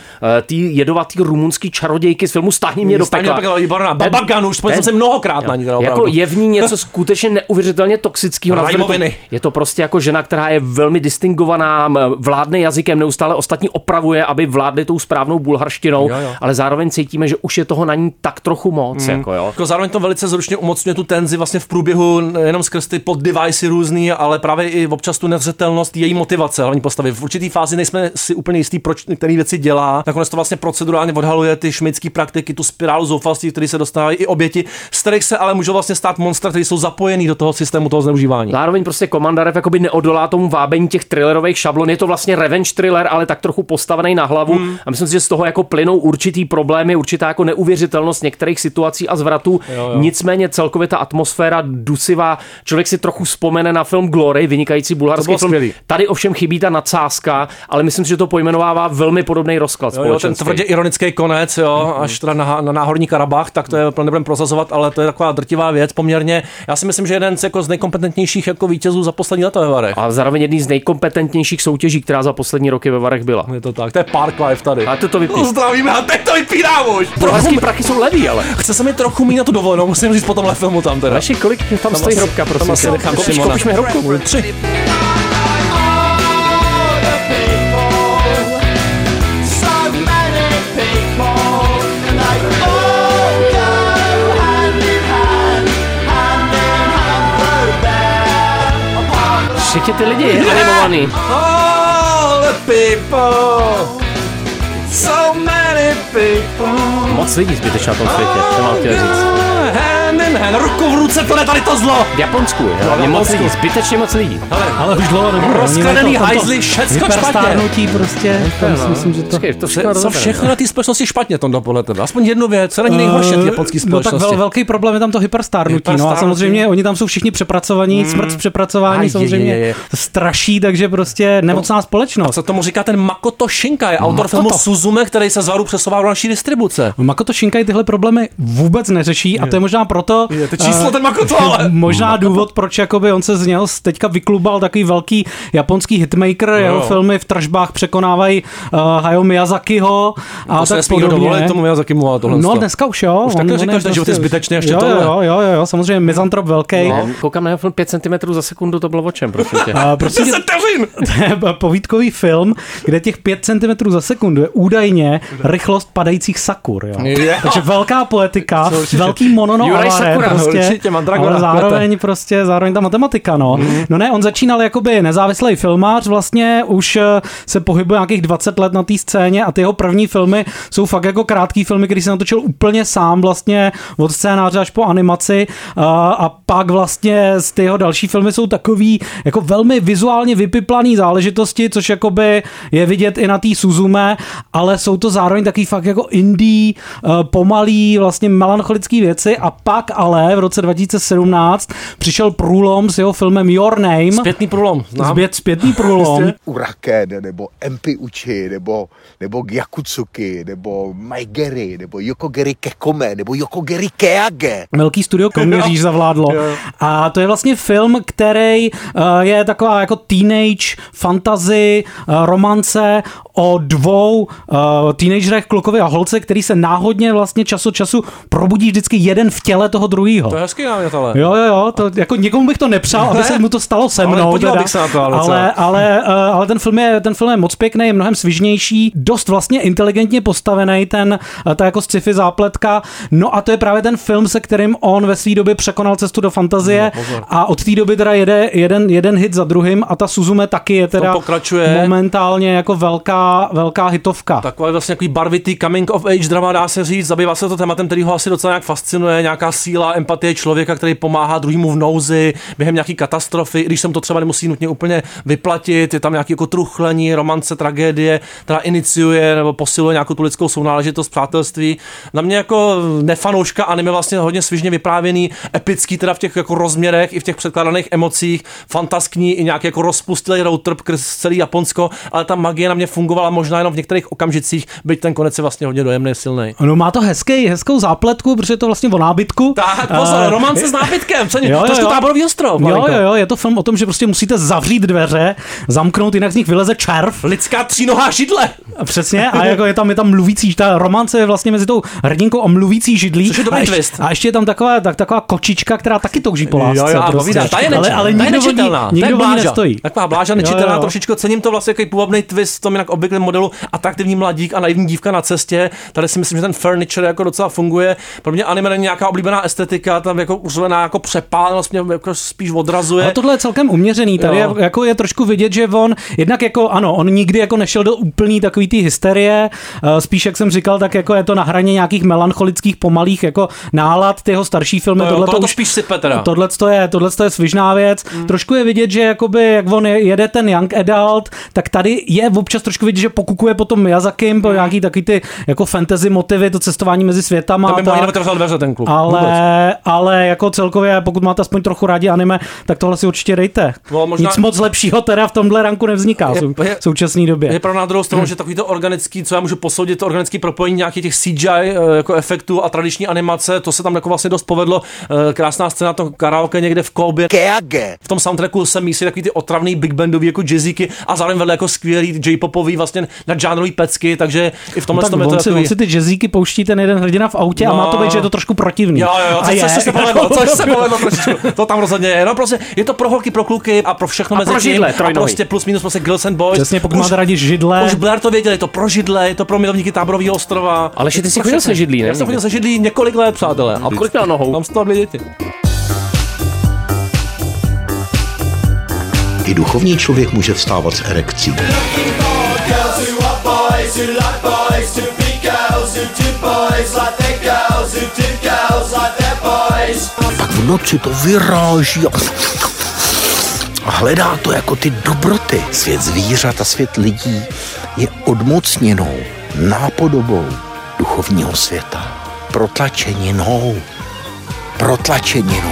tý jedovatý rumunský čarodějky z filmu Stáhni mě do
Stáhni mě
pekla.
do pekla, výborná.
Ten-
Baba Gun, už vzpomněl
ten-
jsem mnohokrát na ní teda
Jako
opravdu.
je v ní něco skutečně neuvěřitelně toxického. Nazveme to-
Rajmoviny.
Je to prostě jako žena, která je velmi distingovaná, m, vládne jazykem, neustále ostatní opravuje, aby vládli tou správnou bulharštinou,
Jo, jo.
ale zároveň cítíme, že už je toho na ní tak trochu moc.
Mm.
Jako, jo.
Jako zároveň to velice zručně umocňuje tu tenzi vlastně v průběhu nejenom skrz ty pod device různý, ale právě i občas tu nezřetelnost její motivace hlavní postavy. V určitý fázi nejsme si úplně jistý, proč který věci dělá. Nakonec to vlastně procedurálně odhaluje ty šmické praktiky, tu spirálu zoufalství, který se dostávají i oběti, z kterých se ale můžou vlastně stát monstra, kteří jsou zapojený do toho systému toho zneužívání.
Zároveň prostě Komandarev jakoby neodolá tomu vábení těch thrillerových šablon. Je to vlastně revenge thriller, ale tak trochu postavený na hlavu. Hmm. A myslím si, že z toho jako plynou určitý problémy, určitá jako neuvěřitelnost některých situací a zvratů.
Jo, jo.
Nicméně celkově ta atmosféra dusivá. Člověk si trochu vzpomene na film Glory, vynikající bulharský
bylo
film.
skvělý.
Tady ovšem chybí ta nadsázka, ale myslím si, že to pojmenovává velmi podobný rozklad
No Jo, jo, ten
společenství.
tvrdě ironický konec, jo, mm-hmm. až teda na, na náhorní Karabach, tak to je plně nebudem prosazovat, ale to je taková drtivá věc poměrně. Já si myslím, že jeden z, jako z nejkompetentnějších jako vítězů za poslední leta ve Varech.
A zároveň jedný z nejkompetentnějších soutěží, která za poslední roky ve Varech byla.
Je to tak, to je Parklife tady. No,
A to to vypni.
Zdravíme, a teď to vypínám už.
Bulharský prachy jsou levý, ale.
Chce se mi trochu mít na tu dovolenou, musím říct po tomhle filmu tam teda.
Vaši, kolik tam, tam stojí
asi-
hrobka, prosím
tam asi
tě?
nechám
Koupíš-
Šimona.
koupíš mi hrobku?
Budu Tři.
So many people, and they all go hand in hand, hand in hand through there. Apart
Všichni ty lidi animovaný.
All the people, so many people.
Moc lidí zbytečně na tom světě, to mám chtěl říct.
Hand in hand, ruku v ruce, to je tady to zlo.
V Japonsku, jo?
No, v
je moc
Japonsku.
lidí, zbytečně moc lidí.
Ale už dlouho nebude.
Rozkradený hajzli, všecko
Stárnutí prostě, tam
no.
si myslím, že to... Eh,
Počkej, to
Co,
všechno
co
rozebere.
všechno na té společnosti špatně, Tondo, podle tebe? Aspoň jednu věc, co není nejhorší na té japonské
No tak
společnosti?
vel, velký problém je tam to hyperstárnutí. No a
Hyperstárnutí. Hmm.
samozřejmě oni tam jsou všichni přepracovaní, mm. smrt z přepracování
Aj, je,
samozřejmě
je, No. je.
straší, takže prostě nemocná společnost.
Co tomu říká ten Makoto Shinkai, autor
No, Makoto.
filmu Suzume, který se zvaru přesouvá do naší distribuce?
Makoto Shinkai tyhle problémy vůbec neřeší a to je možná proto...
Je, to číslo
eh,
ten Makoto, ale-
Možná důvod, proč jakoby on se z něho s- teďka vyklubal takový velký japonský hitmaker, jeho
No jo.
filmy v tržbách překonávají uh, Hayao Miyazakiho a
to se
tak
nesmí kdo
podobně.
dovolit, tomu Miyazaki mluvá tohle.
No dneska už jo.
Už takhle říkáš, ten život je zbytečný, ještě
jo,
tohle.
jo, jo, jo, jo, samozřejmě mizantrop velký.
No, koukám na jeho film 5 cm za sekundu, to bylo o čem, prosím tě.
A prostě prosím tě, to je povídkový film, kde těch 5 cm za sekundu je údajně rychlost padajících sakur. Jo.
Je.
Takže velká poetika,
Co určitě.
velký monono
Juraj
avare
Sakura,
prostě,
určitě, Mandragora, Mhm.
ale zároveň
kvete.
prostě, zároveň ta matematika, no. No ne, on začínal jakoby nezávislý filmář, vlastně už eh, se pohybuje nějakých 20 let na té scéně a ty jeho první filmy jsou fakt jako krátký filmy, který se natočil úplně sám vlastně od scénáře až po animaci a, a pak vlastně z ty jeho další filmy jsou takový jako velmi vizuálně vypiplaný záležitosti, což jakoby je vidět i na té Suzume, ale jsou to zároveň takový fakt jako indie, eh, pomalý, vlastně melancholický věci a pak ale v roce 2017 přišel průlom s jeho filmem Your Name.
Zpětný průlom, znám.
Zpět, zpětný průlom.
Uraken, nebo MP Uchi, nebo, nebo Gyakutsuki, nebo Maigeri, nebo Yokogeri Kekome, nebo Yokogeri Keage.
Velký studio Kroměříž zavládlo. A to je vlastně film, který eh, je taková jako teenage fantasy, eh, romance o dvou eh, teenagerech, klukovi a holce, který se náhodně vlastně čas od času probudí vždycky jeden v těle toho druhého.
To je hezký námět, ale.
Jo, jo, jo, to, jako nikomu bych to nepřál, aby se mu to stalo se
Ale
mnou.
podíval
teda.
bych se na to, ale
ale,
co?
ale, eh, ale ten, film je, ten film je moc pěkný, je mnohem svižnější, dost vlastně inteligentně postavený, ten, eh, ta jako sci-fi zápletka. No a to je právě ten film, se kterým on ve své době překonal cestu do fantazie
No, pozor.
a od té doby teda jede jeden, jeden hit za druhým a ta Suzume taky je teda
pokračuje.
momentálně jako velká, velká hitovka.
Takový vlastně takový barvitý coming of age drama, dá se říct. Zabývá se to tématem, který ho asi docela nějak fascinuje. Nějaká síla, empatie člověka, který pomáhá druhému v nouzi během nějaký katastrofy, i když se mu to třeba nemusí nutně úplně vyplatit. Je tam nějaký jako truchlení, romance, tragédie, která iniciuje nebo posiluje nějakou tu lidskou sounáležitost, přátelství. Na mě jako nefanouška anime vlastně hodně svižně vyprávěný, epický teda v těch jako rozměrech i v těch předkládaných emocích, fantaskní i nějaký jako rozpustilý road trip skrz celý Japonsko, ale ta magie na mě fungovala možná jenom v některých okamžicích, byť ten konec je vlastně hodně dojemný, silný.
No má to hezký, hezkou zápletku, protože je to vlastně o nábytku.
Tak pozor,
Eh,
romance s nábytkem, co jo, trošku táborový ostrov.
Jo,
malinko.
jo, jo, je to film o tom, že prostě musíte zavřít dveře, zamknout, jinak z nich vyleze červ.
Lidská třínohá židle.
Přesně, a jako je tam, je tam mluvící, ta romance je vlastně mezi tou hrdinkou a mluvící židlí.
Což je dobrý
a ještě,
twist.
A ještě je tam taková, tak, taková kočička, která taky touží po lásce.
jo, jo, a
prostě.
povídá, ta je, neči-
ale, ale
ta je
nikdo, o ní,
nečitelná, ta je
nikdo o ní
bláža.
nestojí.
Taková bláža
Jo,
nečitelná,
jo.
trošičko cením to vlastně takový půvabný twist, tom jinak obvyklém modelu atraktivní mladík a naivní dívka na cestě. Tady si myslím, že ten furniture jako docela funguje. Pro mě anime není nějaká oblíbená estetika, tam jako uzlená jako přepálenost mě jako spíš odrazuje.
Ale tohle je celkem uměřený. Tady je,
Jo.
jako je trošku vidět, že on jednak jako ano, on nikdy jako nešel do úplný takový ty hysterie, eh, spíš jak jsem říkal, tak jako je to na hraně nějakých melancholických pomalých jako nálad, ty jeho starší filmy,
No jo,
tohle
tohle
to
to
už
spíš sype teda. Mm.
Tohle to je, tohle to je svižná věc. Trošku je vidět, že jakoby, jak on je- jede ten young adult, tak tady je občas trošku vidět, že pokukuje potom Miyazakim,
Mm.
po nějaký takový ty jako fantasy motivy, to cestování mezi světama.
Tam by mu
tak.
ani neotevřel dveře ten kluk. Vůbec.
Ale, ale jako celkově, pokud máte aspoň trochu rádi anime, tak tohle si určitě dejte.
No, možná-
Nic moc lepšího teda v tomhle ranku nevzniká
Je-
v sou-
je-
v současné době.
Je pro na druhou
Mhm.
stranu, že takový to organický, co já můžu posoudit, to organický propojení nějakých těch CGI eh, jako efektů a tradiční animace, to se tam jako vlastně dost povedlo. Eh, Krásná scéna to karaoke někde v Koubě. Keage. V tom soundtracku se mísí takový ty otravný big bandový jako jazzíky a zároveň vedle jako skvělý J-popový vlastně na žánrový pecky, takže i v tomhle
No tak
tom je to
on, si, on
takový...
si ty jazzíky pouští ten jeden hrdina v autě no. a
No.
má to být, že je to trošku protivný.
Jo, jo, jo,
a jako-
což,
je.
což se povedlo, což se povedlo trošičku. To tam rozhodně je. No prostě, je to pro holky, pro kluky a pro všechno
A
mezi
pro
tím.
židle,
a
trojnohy.
prostě plus minus prostě Girls and Boys.
Přesně, pokud
Už-
máte rádi židle.
Už Blair to věděl, je to pro židle, je to pro milovníky táborového ostrova.
Ale že ty
Je to
jsi
pro
chodil
všechny.
se židlí, ne?
Já jsem chodil se židlí několik let, přátelé. A
kolik měl nohou?
Mám z toho dvě děti.
I duchovní člověk může vstávat s erekcí.
Girls who are boys, who like boys, who be girls, who do boys like their girls, who do girls like their boys.
Pak v noci to vyráží a, a hledá to jako ty dobroty. Svět zvířat a svět lidí je odmocněnou nápodobou duchovního světa. Protlačeninou. Protlačeninou.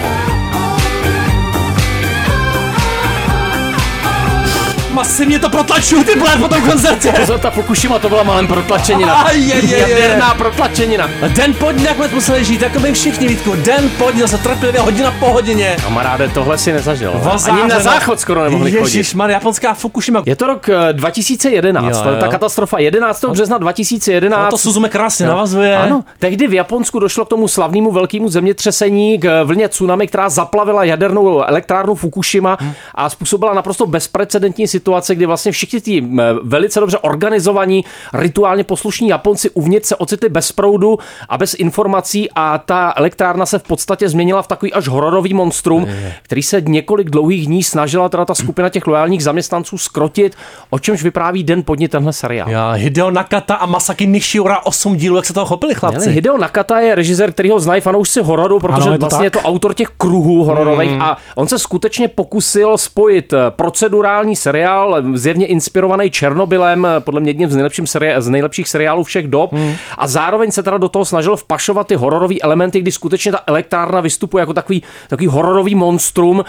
masy mě to protlačují ty blé po tom koncertě. Pozor, ta Fukushima to byla malém protlačenina.
Aj, je, je, je.
Jaderná protlačenina. Den po dní nakonec museli žít, jako my všichni, Vítku. Den po dní, zase trpělivě, hodina po hodině.
Kamaráde, tohle si nezažil. Ani na záchod skoro nemohli chodit.
Ježišmar, japonská Fukushima.
Je to rok eh, 2011,
Jo,
jo,
jo.
jo. ta katastrofa 11. března 2011.
No to Suzume krásně
Jo.
navazuje.
Ano, tehdy v Japonsku došlo k tomu slavnému velkému zemětřesení, k vlně tsunami, která zaplavila jadernou elektrárnu Fukushima a způsobila naprosto bezprecedentní situace, kdy vlastně všichni ti eh, velice dobře organizovaní, rituálně poslušní Japonci uvnitř se ocitli bez proudu a bez informací a ta elektrárna se v podstatě změnila v takový až hororový monstrum, který se několik dlouhých dní snažila teda ta skupina těch loajálních zaměstnanců skrotit, o čemž vypráví den pod ní tenhle seriál.
Já, Hideo Nakata a Masaki Nishiura 8 dílů, jak se toho chopili chlapci.
Měli, Hideo Nakata je režisér, který ho znají fanoušci hororu, protože
Ano, je
ano,
to
vlastně je
tak.
to autor těch kruhů hororových
Hmm.
hmm. a on se skutečně pokusil spojit eh, procedurální seriál, eh, zjevně inspirovaný Černobylem, eh, podle mě jedním z, nejlepším seri- z nejlepších seriálů všech dob, hmm. a zároveň se teda do toho snažil vpašovat ty hororové elementy, kdy skutečně ta elektrárna vystupuje jako takový, takový hororový monstrum,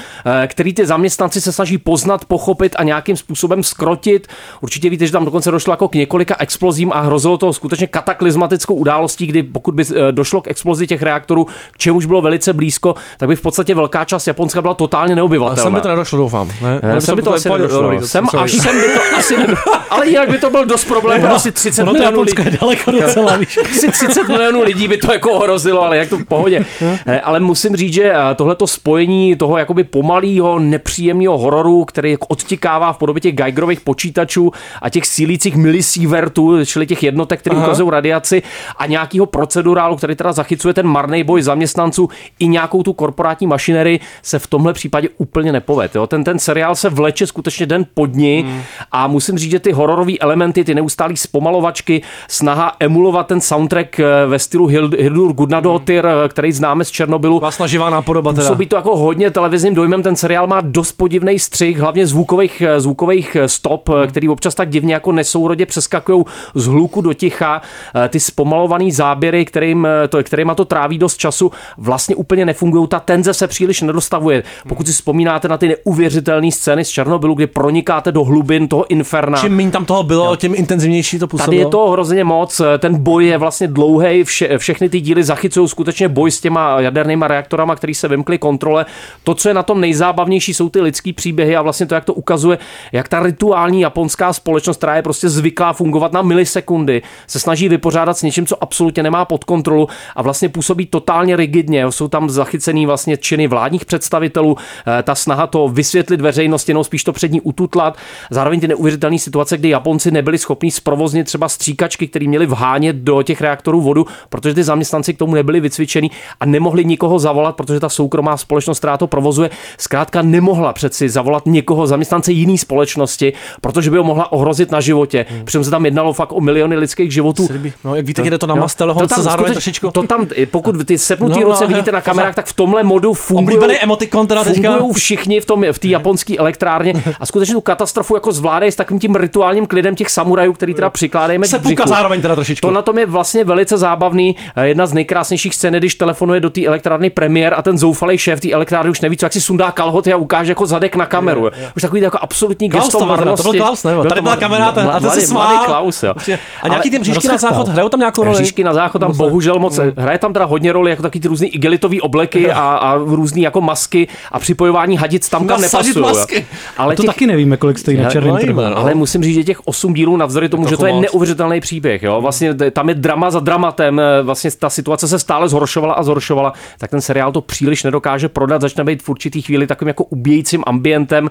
eh, který ty zaměstnanci se snaží poznat, pochopit a nějakým způsobem skrotit. Určitě víte, že tam dokonce došlo jako k několika explozím a hrozilo to skutečně kataklizmatickou událostí, kdy pokud by eh, došlo k explozi těch reaktorů, k čemuž bylo velice blízko, tak by v podstatě velká část Japonska byla totálně neobyvatelná.
Sem by to nedošlo, doufám. Ne?
Eh, Sem by to asi
no.
nedošlo. Sem až sem by to asi nedošlo. Ale jinak by to byl dost problém pro asi 30
ono to
milionů lidí.
Japonsko je daleko docela, víš.
Asi 30 milionů lidí by to jako ohrozilo, ale jak to v pohodě. Eh, Ale musím říct, že eh, tohleto spojení toho jakoby pomalého, nepříjemného hororu, který jako odtikává v podobě těch Geigerových počítačů a těch sílících milisievertů, čili těch jednotek, které
Aha.
ukazují radiaci a nějakého procedurálu, který teda zachycuje ten marný boj zaměstnanců i nějakou tu korporátní mašinerii, se v tomhle případě úplně nepoved. Jo? Ten, ten seriál se vleče skutečně den po dni a musím říct, že ty hororové elementy, ty neustálé zpomalovačky, snaha emulovat ten soundtrack eh, ve stylu Hild- Hildur Gudnadottir, eh, který známe z Černobylu.
Vlastně živá nápodoba teda.
Působí to jako hodně televizním dojmem, ten seriál má dost podivný střih, hlavně zvukových, eh, zvukových eh, stop,
Hmm.
eh, který občas tak divně jako nesourodě přeskakují z hluku do ticha. Eh, Ty zpomalované záběry, kterým, eh, to, kterýma to tráví dost času, vlastně úplně nefungují. Ta tenze se příliš nedostavuje. Pokud si vzpomínáte na ty neuvěřitelné scény z Černobylu, kdy pronikáte do hlubin toho inferna.
Čím méně tam toho bylo, tím intenzivnější to působilo.
Tady je to hrozně moc, ten boj je vlastně dlouhý, vše, všechny ty díly zachycují skutečně boj s těma jadernýma reaktorama, který se vymkly kontrole. To, co je na tom nejzábavnější, jsou ty lidský příběhy a vlastně to, jak to ukazuje, jak ta rituální japonská společnost, která je prostě zvyklá fungovat na milisekundy, se snaží vypořádat s něčím, co absolutně nemá pod kontrolu a vlastně působí totálně rigidně. jo. Jsou tam zachycený vlastně činy vládních představitelů, eh, ta snaha to vysvětlit veřejnosti, no spíš to před ní ututlat. Zároveň ty neuvěřitelné situace, kdy Japonci nebyli schopni zprovoznit třeba stříkačky, které měli vhánět do těch reaktorů vodu, protože ty zaměstnanci k tomu nebyli vycvičení a nemohli nikoho zavolat, protože ta soukromá společnost, která to provozuje, zkrátka nemohla přeci zavolat někoho zaměstnance jiné společnosti, protože by ho mohla ohrozit na životě. Přitom se tam jednalo fakt o miliony lidských životů.
No, jak víte, jde to na
Jo.
mastel, on se
tam
zároveň
skutečně-
trošičku...
To tam, i pokud ty sepnutý
No,
no,
no,
ruce
jo,
vidíte na
pozor.
kamerách, tak v tomhle modu fungují.
Oblíbený emotikon teda teďka. Mhm.
Fungují všichni v, tom, v té japonské elektrárně a skutečně tu katastrofu jako zvládají s takovým tím rituálním klidem těch samurajů, který teda přikládají
Se puka zároveň teda trošičku.
To na tom je vlastně velice zábavný. Eh, Jedna z nejkrásnějších scén, je, když telefonuje do té elektrárny premiér a ten zoufalý šéf té elektrárny už neví, co, jak si sundá kalhoty a ukáže jako zadek na kameru. Už takový jako absolutní
Klaus
gesto
to varno, to byl
marnosti.
Klaus, nebo?
Byl
Tady
to
byla
Mar-
kamera, ten- a ten se
mladý-
smál.
mladý Klaus, jo.
Prostě- A nějaký ty
Ale
bříšky na záchod,
rozkectal.
hrajou tam nějakou roli?
Hříšky na záchod tam bohužel moc,
Hmm.
hraje tam teda hodně roli, jako taky ty různý igelitový obleky a, a různý jako masky a připojování hadic tam, kam
Nasadit
nepasují.
masky. to taky nevíme, kolik stojí na
Já-
no,
černém trhu.
ale musím říct, že těch osm dílů navzdory tomu,
Je
že
trochu
to je
moc.
neuvěřitelný příběh. Jo? Vlastně t- tam je drama za dramatem, eh, vlastně ta situace se stále zhoršovala a zhoršovala, tak ten seriál to příliš nedokáže prodat, začne být v určitý chvíli takovým jako ubíjejícím ambientem,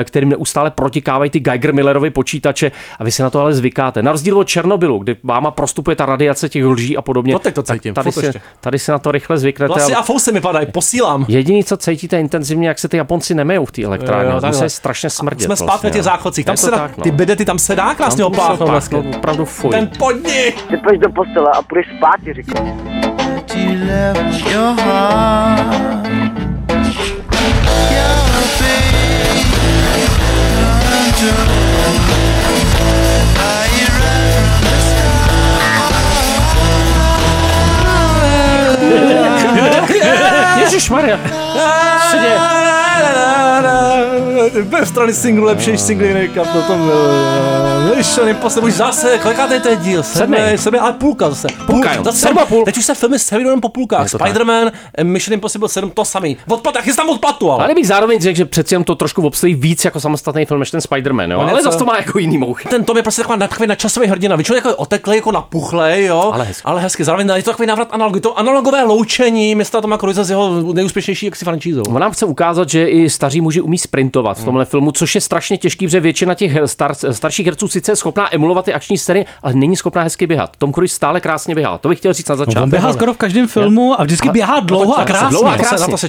eh, kterým neustále protikávají ty Geiger Millerovy počítače a vy si na to ale zvykáte. Na rozdíl od Černobylu, kdy váma prostupuje ta radiace těch lží a podobně.
No, teď to
tak
cítím,
Tady
furt
si,
ještě.
tady si na to rychle zvyknete.
Vlasy
a-
Vlastně a fousy mi padají, posílám.
Jediný, co cítíte intenzivně, jak se ty Japonci nemejou v té elektrárně.
Jo,
Jo,
takhle.
se strašně prostě, smrdí.
Jsme zpátky na těch záchodcích, tam se dá,
vlastně- tak, no.
ty bedety tam se dá krásně
Tam to se
opáchnout.
opáchnout,
vlastně.
Opravdu fuj.
Ten podnik!
Ty půjdeš do postele a půjdeš spát, ti říkám.
Ježíš Maria.
eh, strany singlu, lepší singly make up, potom, no eh, víš, to neposled, už zase, kolikáte to je díl?
Sedmej.
Sedmý, ale půlka zase.
Půlka, jo.
zase
Sedma
půl. Teď už se filmy staví jenom po půlkách.
to tak.
Spider-Man, eh, Mission Impossible 7, to samý. Odpad, já chystám odplatu, ale.
Ale bych zároveň řekl, že přeci jen to trošku obstojí víc jako samostatný film než ten Spider-Man, jo?
On je
ale
co-
zase to má jako jiný mouchy.
Ten Tom je prostě taková na- takový nadčasový hrdina. Vy člověk jako je oteklý, jako napuchlej, jo. Ale hezky. Ale hezky. Zároveň je to takový návrat analogu. To analogové loučení města Toma Cruise s jeho nejúspěšnější jaksi franšízou.
On nám chce ukázat, že i staří muži umí sprintovat v tomhle filmu, což je strašně těžký, protože většina těch her- star, starších herců sice je schopná emulovat ty akční scény, ale není schopná hezky běhat. Tom Cruise stále krásně běhá. To bych chtěl říct na
No,
začátku.
On běhá skoro v každém filmu a vždycky
Ale-
běhá dlouho a krásně.
Dlouho a krásně. No, Má
To my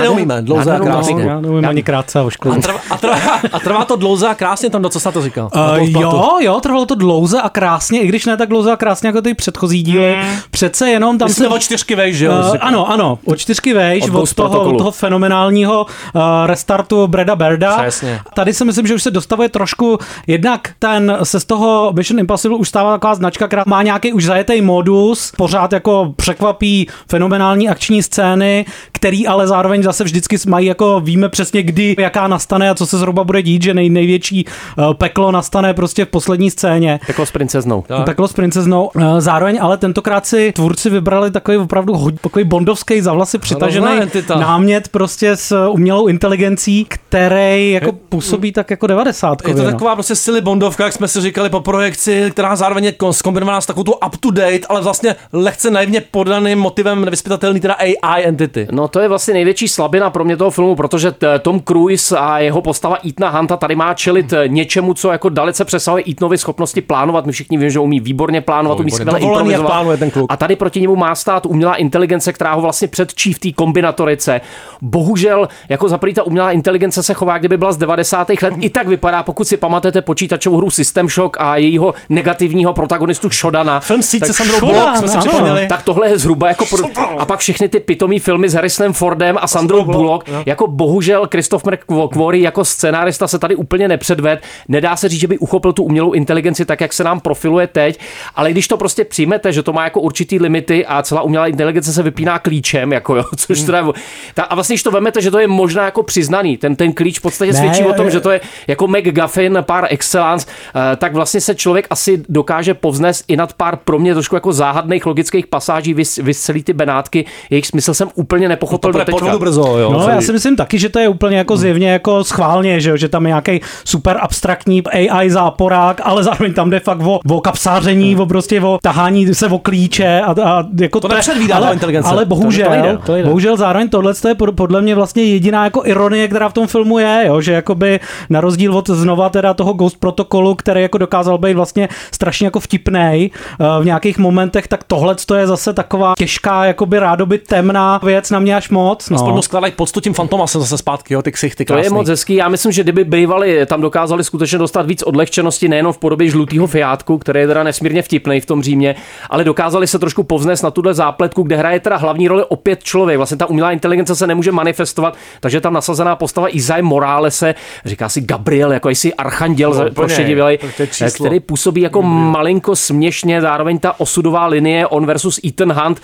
nádhernou-
neumíme, dlouze a
nádhernou
krásně.
grafiku.
Já neumím ani krátce a ošklivě.
A trvá, a trvá to dlouze a krásně tam, do co jsi na to říkal? Na
Uh,
to odplatu.
jo, jo, trvalo to dlouze a krásně, i když ne tak dlouze a krásně jako ty předchozí díly. Přece jenom tam
Tam jsme o čtyřky vej, že jo?
Eh,
jsi říkal.
ano, ano, o čtyřky vejš,
Od
od,
Ghost
toho,
Protocolu.
od toho fenomenálního uh, restartu Breda Berda.
Přesně.
Tady si myslím, že už se dostavuje trošku, jednak ten se z toho Mission Impossible už stává taková značka, která má nějaký už zajetý modus, pořád jako překvapí fenomenální akční scény, který ale zároveň zase vždycky mají jako víme přesně kdy, jaká nastane a co se zhruba bude dít, že nej, největší eh, peklo nastane prostě v poslední scéně.
Peklo Jako s princeznou.
No, Tak. Peklo s princeznou. Eh, Zároveň ale tentokrát si tvůrci vybrali takový opravdu hodně, takový bondovský za vlasy přitažený
entita.
námět prostě s umělou inteligencí, který jako působí tak jako 90.
Je to taková prostě silly bondovka, jak jsme si říkali po projekci, která zároveň je kon- zkombinovaná s takovou tu up-to-date, ale vlastně lehce naivně podaným motivem nevyspytatelný teda AI entity.
No to je vlastně největší slabina pro mě toho filmu, protože t- Tom Cruise a jeho postava Eatna Hanta tady má čelit eh, něčemu, co jako dalece přesahuje Eatnovy schopnosti plánovat. My všichni víme, že umí výborně plánovat,
No,
umí
výborně.
skvěle
Dovolený, jak
improvizovat.
plánuje ten kluk.
A tady proti němu má stát umělá inteligence, která ho vlastně předčí v té kombinatorice. Bohužel, jako za prvý ta umělá inteligence se chová, jak kdyby byla z 90. let. I tak vypadá, pokud si pamatujete počítačovou hru System Shock a jejího negativního protagonistu Shodana. Film
Sítce jsem byl blok, jsme si připomněli.
Tak tohle je zhruba jako... Pro... A pak všechny ty pitomý filmy s Harrisonem Fordem a Sandrou Bullock. Jako bohužel Christoph McQuarrie jako scenárista se tady úplně nepředved. Nedá se říct, že by uchopil tu umělou inteligenci tak, jak se nám profiluje teď. Ale když to prostě přijmete, že to má jako určitý limity a celá umělá inteligence se vypíná klíčem, jako jo, což teda... Ta, a vlastně, když to vemete, že to je možná jako přiznaný, ten, ten klíč v podstatě
Ne,
svědčí o tom,
je-
že to je jako McGuffin par excellence, eh, tak vlastně se člověk asi dokáže povznést i nad pár pro mě trošku jako záhadných logických pasáží, vys, vyselí ty benátky, jejich smysl jsem úplně nepochopil
To bude
doteďka.
podvodu brzo, jo. Hmm.
No, já si myslím taky, že to je úplně jako zjevně jako schválně, že, jo, že tam je nějaký super abstraktní AI záporák, ale zároveň tam jde fakt o, o kapsáření, o prostě o tahání se o klíče a, a jako
Hmm. To
je-
nepředvídá ta
ale,
inteligence.
Ale
To- to
bohužel,
nejde, to nejde.
bohužel zároveň tohle je pod- podle mě vlastně jediná jako ironie, která v tom filmu je, jo, že jakoby na rozdíl od znova teda toho Ghost protokolu, který jako dokázal být vlastně strašně jako vtipnej eh, v nějakých momentech, tak tohle to je zase taková těžká, jakoby rádoby temná věc na mě až moc. No.
Aspoň mu skládají poctu tím fantomasem zase zpátky, jo, ty ksich, ty
To
krásný.
je moc hezký. Já myslím, že kdyby bývali, eh, tam dokázali skutečně dostat víc odlehčenosti nejenom v podobě žlutého fiátku, který je teda nesmírně vtipný v tom Římě, ale dokázali se trošku povznést na tuhle zápletku, kde hraje teda hlavní roli opět člověk. Vlastně ta umělá inteligence se nemůže manifestovat, takže je tam nasazená postava Izaj Moralese, říká si Gabriel, jako jestli archanděl
No,
no,
úplně,
prošedivělej,
to je číslo.
který působí jako malinko směšně, zároveň ta osudová linie on versus Ethan Hunt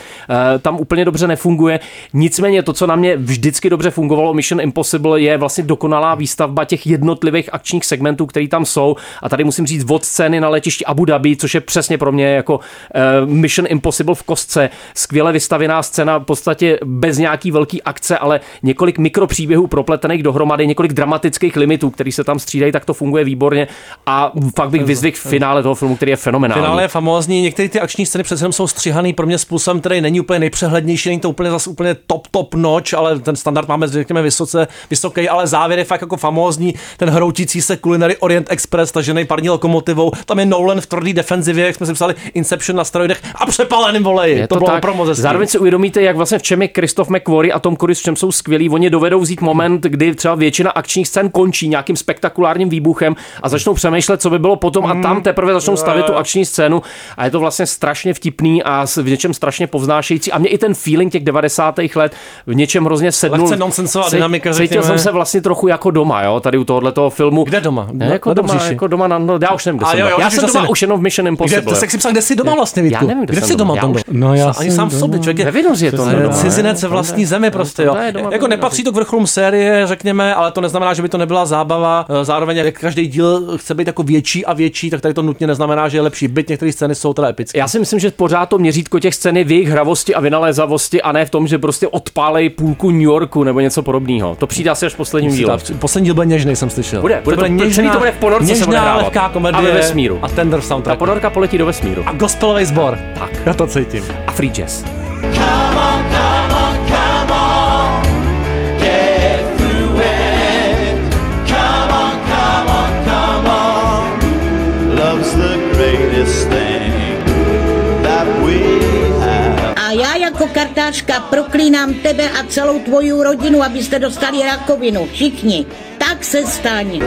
eh, tam úplně dobře nefunguje. Nicméně to, co na mě vždycky dobře fungovalo Mission Impossible, je vlastně dokonalá výstavba těch jednotlivých akčních segmentů, které tam jsou. A tady musím říct od scény na letišti Abu Dhabi, což je přesně pro mě jako eh, Mission Impossible v kostce. Skvěle vystavená scéna, v podstatě bez nějaký velký akce, ale několik mikropříběhů propletených dohromady, několik dramatických limitů, které se tam střídají, tak to funguje výborně. A fakt bych vyzvihl finále toho filmu, který je fenomenální.
Finále je famózní, některé ty akční scény přece jenom jsou stříhaný pro mě způsobem, který není úplně nejpřehlednější, není to úplně zas úplně top top noč, ale ten standard máme řekněme vysoce, vysoký, ale závěr je fakt jako famózní, ten hroutící se Culinary Orient Express, tažený parní lokomotivou, tam je Nolan v tvrdý defenzivě, jak jsme si psali Inception na steroidech a přepaleným voleji.
Je
to, bylo tak. promo ze
Zároveň si uvědomíte, jak vlastně v čem je Kristof McQuarrie a Tom Cruise, v čem jsou skvělí. Oni dovedou vzít moment, kdy třeba většina akčních scén končí nějakým spektakulárním výbuchem a začnou přemýšlet, co by bylo potom a
Mm.
tam teprve začnou stavět tu akční scénu a je to vlastně strašně vtipný a s- v něčem strašně povznášející. A mě i ten feeling těch 90. let, v něčem hrozně sednul.
Lehce nonsensová
Cít-
dynamika,
Cítil
řekněme.
jsem se vlastně trochu jako doma, jo, tady u tohoto filmu. Kde doma? Ne,
Na-
jako
na
doma,
Dobříši.
jako doma, na, no, já už nevím, kde
A
jsem
jo, jo,
doma. Já
když
jsem
už zase
doma
ne-
už jenom v Mission Impossible.
Kde, tak si psal, kde jsi doma vlastně, Vítku?
Já nevím, kde,
kde
jsem
jsi doma,
Prostě Já
Tondo?
už- ani sám v sobě, člověk je- Nevinnost je to, ne? doma,
Cizinec
ne?
ve vlastní zemi prostě, jo.
to je doma,
Jako nepatří to k vrcholům série, řekněme, ale to neznamená, že by to nebyla zábava. Eh, Zároveň, jak každý díl chce být jako větší a větší, tak tady to nutně neznamená, že je lepší. Byť některé scény jsou teda epické.
Já si myslím, že pořád to měřítko těch scén je v jejich hravosti a vynalézavosti a ne v tom, že prostě odpálej půlku New Yorku nebo něco podobného. To přijde asi až v posledním díle.
Poslední díl byl něžný, jsem slyšel.
Bude, bude, to, něžná, celý to bude v ponorce se bude
Něžná,
hrávat.
lehká komedie.
A ve vesmíru.
A tender soundtrack.
Ta ponorka poletí do vesmíru.
A gospelový sbor.
Tak.
Já to cítím.
A free jazz.
Come on, come on, come on. Love's the greatest thing that we have.
A já jako kartářka proklínám tebe a celou tvoji rodinu, abyste dostali rakovinu. Všichni. Tak se staň.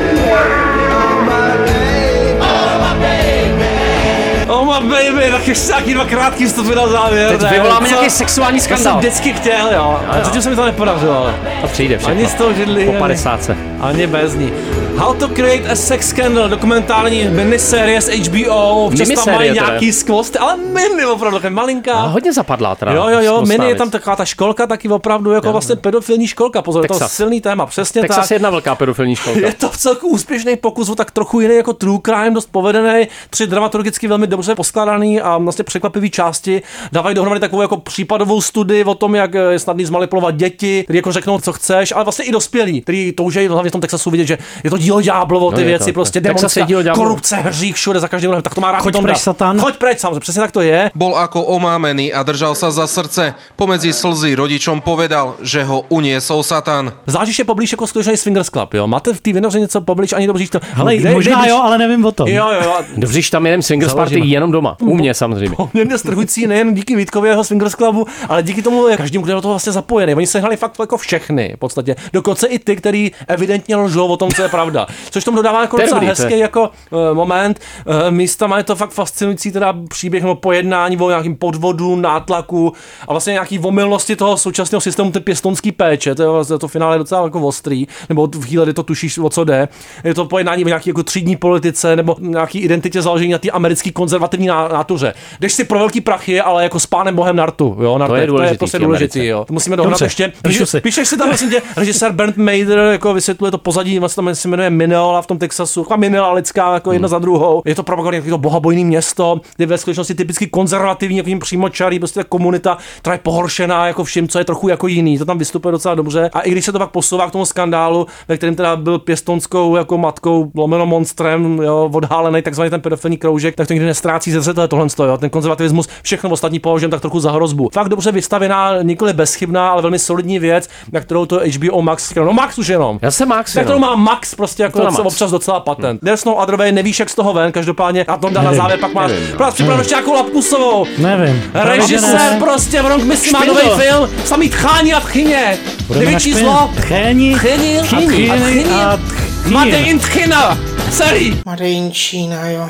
Oh my baby, tak ještě nějaký dva krátký vstupy na závěr.
Teď
ne?
vyvoláme
Co?
nějaký sexuální
Já
skandál.
jsem vždycky chtěl, jo.
Jo,
A
jo.
zatím se mi to nepodařilo, ale.
To přijde všechno.
Ani z toho židli.
Po
ani-
50.
Ani bez ní. How to create a sex scandal, dokumentární miniserie z HBO. Přesto
Miniserie
mají
to je.
nějaký skvost, ale mini opravdu, tak malinká.
A hodně zapadlá teda.
Jo, jo, jo,
nosná
mini je
věc.
tam taková ta školka taky opravdu jako vlastně pedofilní školka, pozor, je to
Texas.
silný téma, přesně
Texas
tak.
je jedna velká pedofilní školka.
Je to v celku úspěšný pokus, o tak trochu jiný jako True Crime, dost povedený, tři dramaturgicky velmi dobře poskládaný a vlastně překvapivý části. Dávají dohromady takovou jako případovou studii o tom, jak eh, je snadný zmanipulovat děti, který jako řeknou, co chceš, ale vlastně i dospělí, který toužejí hlavně v tom Texasu vidět, že je to dílo ďáblovo, ty
No, je
věci,
to-
prostě
Texas je
demonstrace,
dílo ďáblovo.
korupce, hřích všude za každým rohem, tak to má rád
Choď
Tonda.
preč, Satan.
Choď preč, samozřejmě, přesně tak to je.
Bol ako omámený a držal sa za srdce. Pomedzi slzy rodičom povedal, že ho uniesol Satan.
Zážiš je poblíž jako skutečný swingers club, jo? Máte v té vinoře něco poblíž, ani dobříš to.
Hele, No, možná jo, ale nevím o tom.
Jo, jo, jo.
Dobříš tam jenom swingers party
Založíme.
jenom doma. U mě samozřejmě.
Poměrně strhující nejen díky Vítkovi a jeho swingers clubu, ale díky tomu jak každému, kdo je do toho vlastně zapojený. Oni se hnali fakt jako všechny, v podstatě. Dokonce i ty, který evidentně lžou o tom, co je pravda. Což tomu dodává jako
To je
docela
dobrý, to je-
hezký jako uh, moment. Uh, místama je to fakt fascinující teda příběh nebo pojednání o nějakým podvodu, nátlaku a vlastně nějaký omylnosti toho současného systému, ty pěstonský péče, to je vlastně to finále docela jako ostrý, nebo v chvíli, kdy to tušíš, o co jde. Je to pojednání o nějaký jako třídní politice nebo nějaký identitě založení na té americké konzervativní ná- nátuře. Jdeš si pro velký prachy, ale jako s pánem Bohem nartu, jo, nartu.
je
to
důležitý
je prostě
v té
důležitý,
Americe.
jo. To musíme dohnat
Dobře,
ještě.
píšu
Píše-
si.
Píšeš si tam, vlastně tě, režisér Bernd Mader jako vysvětluje to pozadí, vlastně tam se jmenuje Mineola v tom Texasu, taková Mineola lidská, jako
Hmm.
jedna za druhou. Je to propaganda, jako to bohabojný město, kde ve skutečnosti typicky konzervativní, jako jim přímočarý, prostě ta komunita, která je pohoršená jako vším, co je trochu jako jiný. To tam vystupuje docela dobře. A i když se to pak posouvá k tomu skandálu, ve kterém teda byl pěstonskou jako matkou, lomeno monstrem, jo, odhálený takzvaný ten pedofilní kroužek, tak to nikdy nestrácí ze zřetele tohle. Jo. Ten konzervativismus všechno ostatní považujeme tak trochu za hrozbu. Fakt dobře vystavená, nikoli bezchybná, ale velmi solidní věc, na kterou to HBO Max, no Max už jenom.
Já jsem Max.
Tak to
no.
jenom.
má Max prostě jako
To na
docela,
Max.
občas docela patent. Hmm. There's no other way, nevíš jak z toho ven, každopádně a Tonda na
Nevím,
závěr pak máš,
nevím, no.
pro nás připravil
Nevím.
ještě nějakou lapkusovou.
Nevím.
Režisér prostě, Wrong Missy má nový
Špindl.
film, samý tchání a tchyně.
Budeme na
Největší
špindl.
zlo.
Tchéni,
Tchyni a
tchyni
tchyni.
a tchyni.
Made in tchyna. Celý.
Made in China, jo.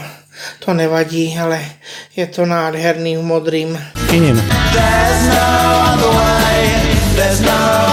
To nevadí, ale je to nádherný v modrým.
Kynin.
There's no other way. There's no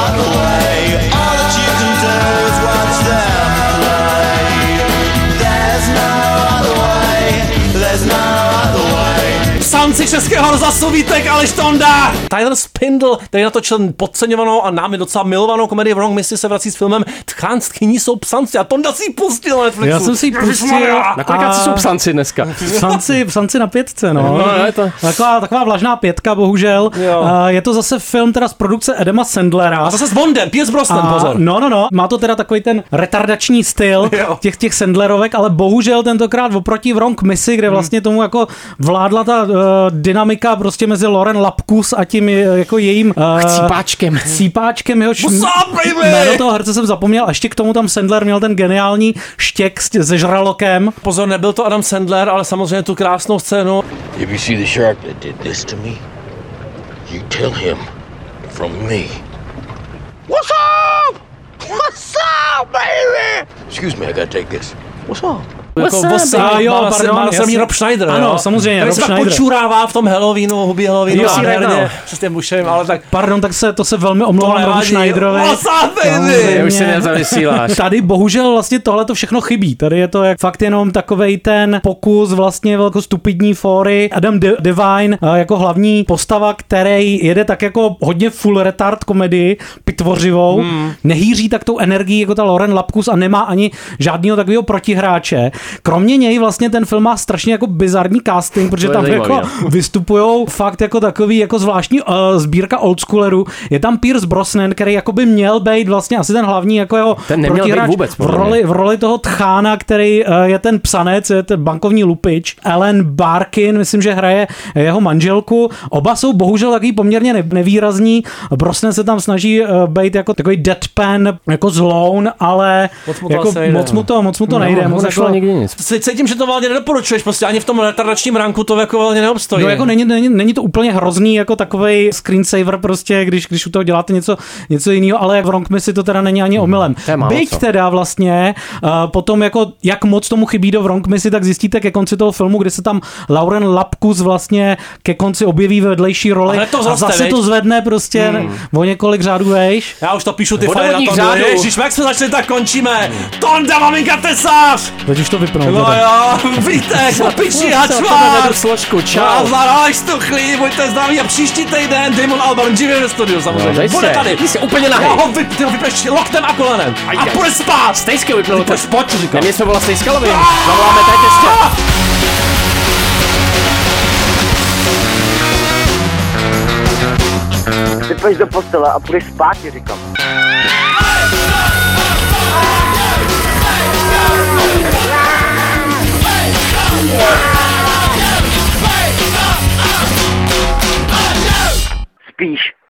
other way. All that you can do is watch them play. There's no other way. There's no other way.
Samci českého rozhlasu Vítek Aleš Tonda! Tyler Spindle, který natočil podceňovanou a námi docela milovanou komedii Wrong Missy se vrací s filmem Tchán tchyní jsou psanci a Tonda si ji pustil na Netflixu.
Já jsem si ji pustil.
Ježišmarja.
Na kolikaci jsou psanci
dneska?
Psanci, psanci na pětce, no.
No, je to-
Taková, taková vlažná pětka, bohužel. A Je to zase film teda z produkce Edema Sandlera.
A zase s Bondem, Pierce Brosnan,
A-
pozor.
No, no, no, má to teda takový ten retardační styl těch, těch Sandlerovek, ale bohužel tentokrát oproti Wrong Missy,
Hmm.
kde vlastně tomu jako vládla ta uh, dynamika prostě mezi Loren Lapkus a tím eh, jako jejím... Uh,
Chcípáčkem.
Chcípáčkem, jeho
What's up, baby?
Jméno toho herce jsem zapomněl, a ještě k tomu tam Sandler měl ten geniální štěk s- se žralokem.
Pozor, nebyl to Adam Sandler, ale samozřejmě tu krásnou scénu.
If you see the shark that did this to me, you tell him from me.
What's up? What's up, baby?
Excuse me, I gotta take this.
What's up?
jako
Wasabi.
wasabi.
A jo,
Má na-
pardon,
má na srovnání
jasně.
Rob Schneider.
Ano,
jo.
samozřejmě,
Který
Rob
se pak
Schneider.
počurává v tom Halloweenu, hubí Halloweenu.
Jo,
a
si
nehledě
hrajnal.
Se s tím mušem, ale tak...
Pardon, tak se to se velmi omlouvám
To
Robu
nevadí.
Schneiderovi.
Wasabi!
Samozřejmě.
Už se nezavysíláš.
Tady bohužel vlastně tohle to všechno chybí. Tady je to jak fakt jenom takovej ten pokus vlastně velko stupidní fóry. Adam De- Devine eh, jako hlavní postava, který jede tak jako hodně full retard komedii, pitvořivou,
Hmm.
nehýří tak tou energií jako ta Lauren Lapkus a nemá ani žádného takového protihráče. Kromě něj vlastně ten film má strašně jako bizarní casting, protože
To je
tam
zajímavý,
jako
no.
vystupují fakt jako takový jako zvláštní uh, sbírka oldschoolerů. Je tam Pierce Brosnan, který jako by měl být vlastně asi ten hlavní jako jeho
Ten neměl
protihráč
být vůbec,
v
podle
roli,
mě.
v roli toho tchána, který uh, je ten psanec, je ten bankovní lupič. Ellen Barkin, myslím, že hraje jeho manželku. Oba jsou bohužel takový poměrně ne- nevýrazní. Brosnan se tam snaží uh, být jako takový deadpan, jako zloun, ale
Moc mu to
jako,
asi nejde,
moc
no.
mu to, moc mu to
No,
nejde.
mu
moc
nešlo
jako-
nikdy nic. Se cítím, že to valně nedoporučuješ, prostě ani v tom retardačním ranku to jako valně neobstojí.
No jako není, není, není, to úplně hrozný jako takový screensaver prostě, když, když u toho děláte něco, něco jiného, ale v Wrong mi si to teda není ani omylem.
Mhm, málo
Byť
co.
teda vlastně uh, potom jako jak moc tomu chybí do Wrong si, tak zjistíte ke konci toho filmu, kde se tam Lauren Lapkus vlastně ke konci objeví ve vedlejší roli
A hned to
a
vzroste,
zase
viď?
to zvedne prostě
Hmm.
o několik řádů vejš.
Já už to píšu ty fajn na
Vodovodních
tom,
řádů.
ježiš, jak jsme začali, tak končíme.
Hmm.
Tonda, maminka, tesář!
Teď už to vypnout.
No
teda.
jo, víte, piči, hačvár!
složku,
A zvaraj stuchlí, buďte zdraví a příští týden Damon Albarn živě ve studiu
No,
samozřejmě.
dej
Bude
se.
tady.
Ty jsi úplně nahej.
Já ho vyp, ty ho vypneš loktem a kolenem. A
Ajde.
půjde spát.
Stejsky vypnul.
Půjde spát, říkám.
Na mě jsme byla Stejska Lovin. Zavoláme tady těstě.
Ty půjdeš do postele a půjdeš spát, ti říkám. Spíš.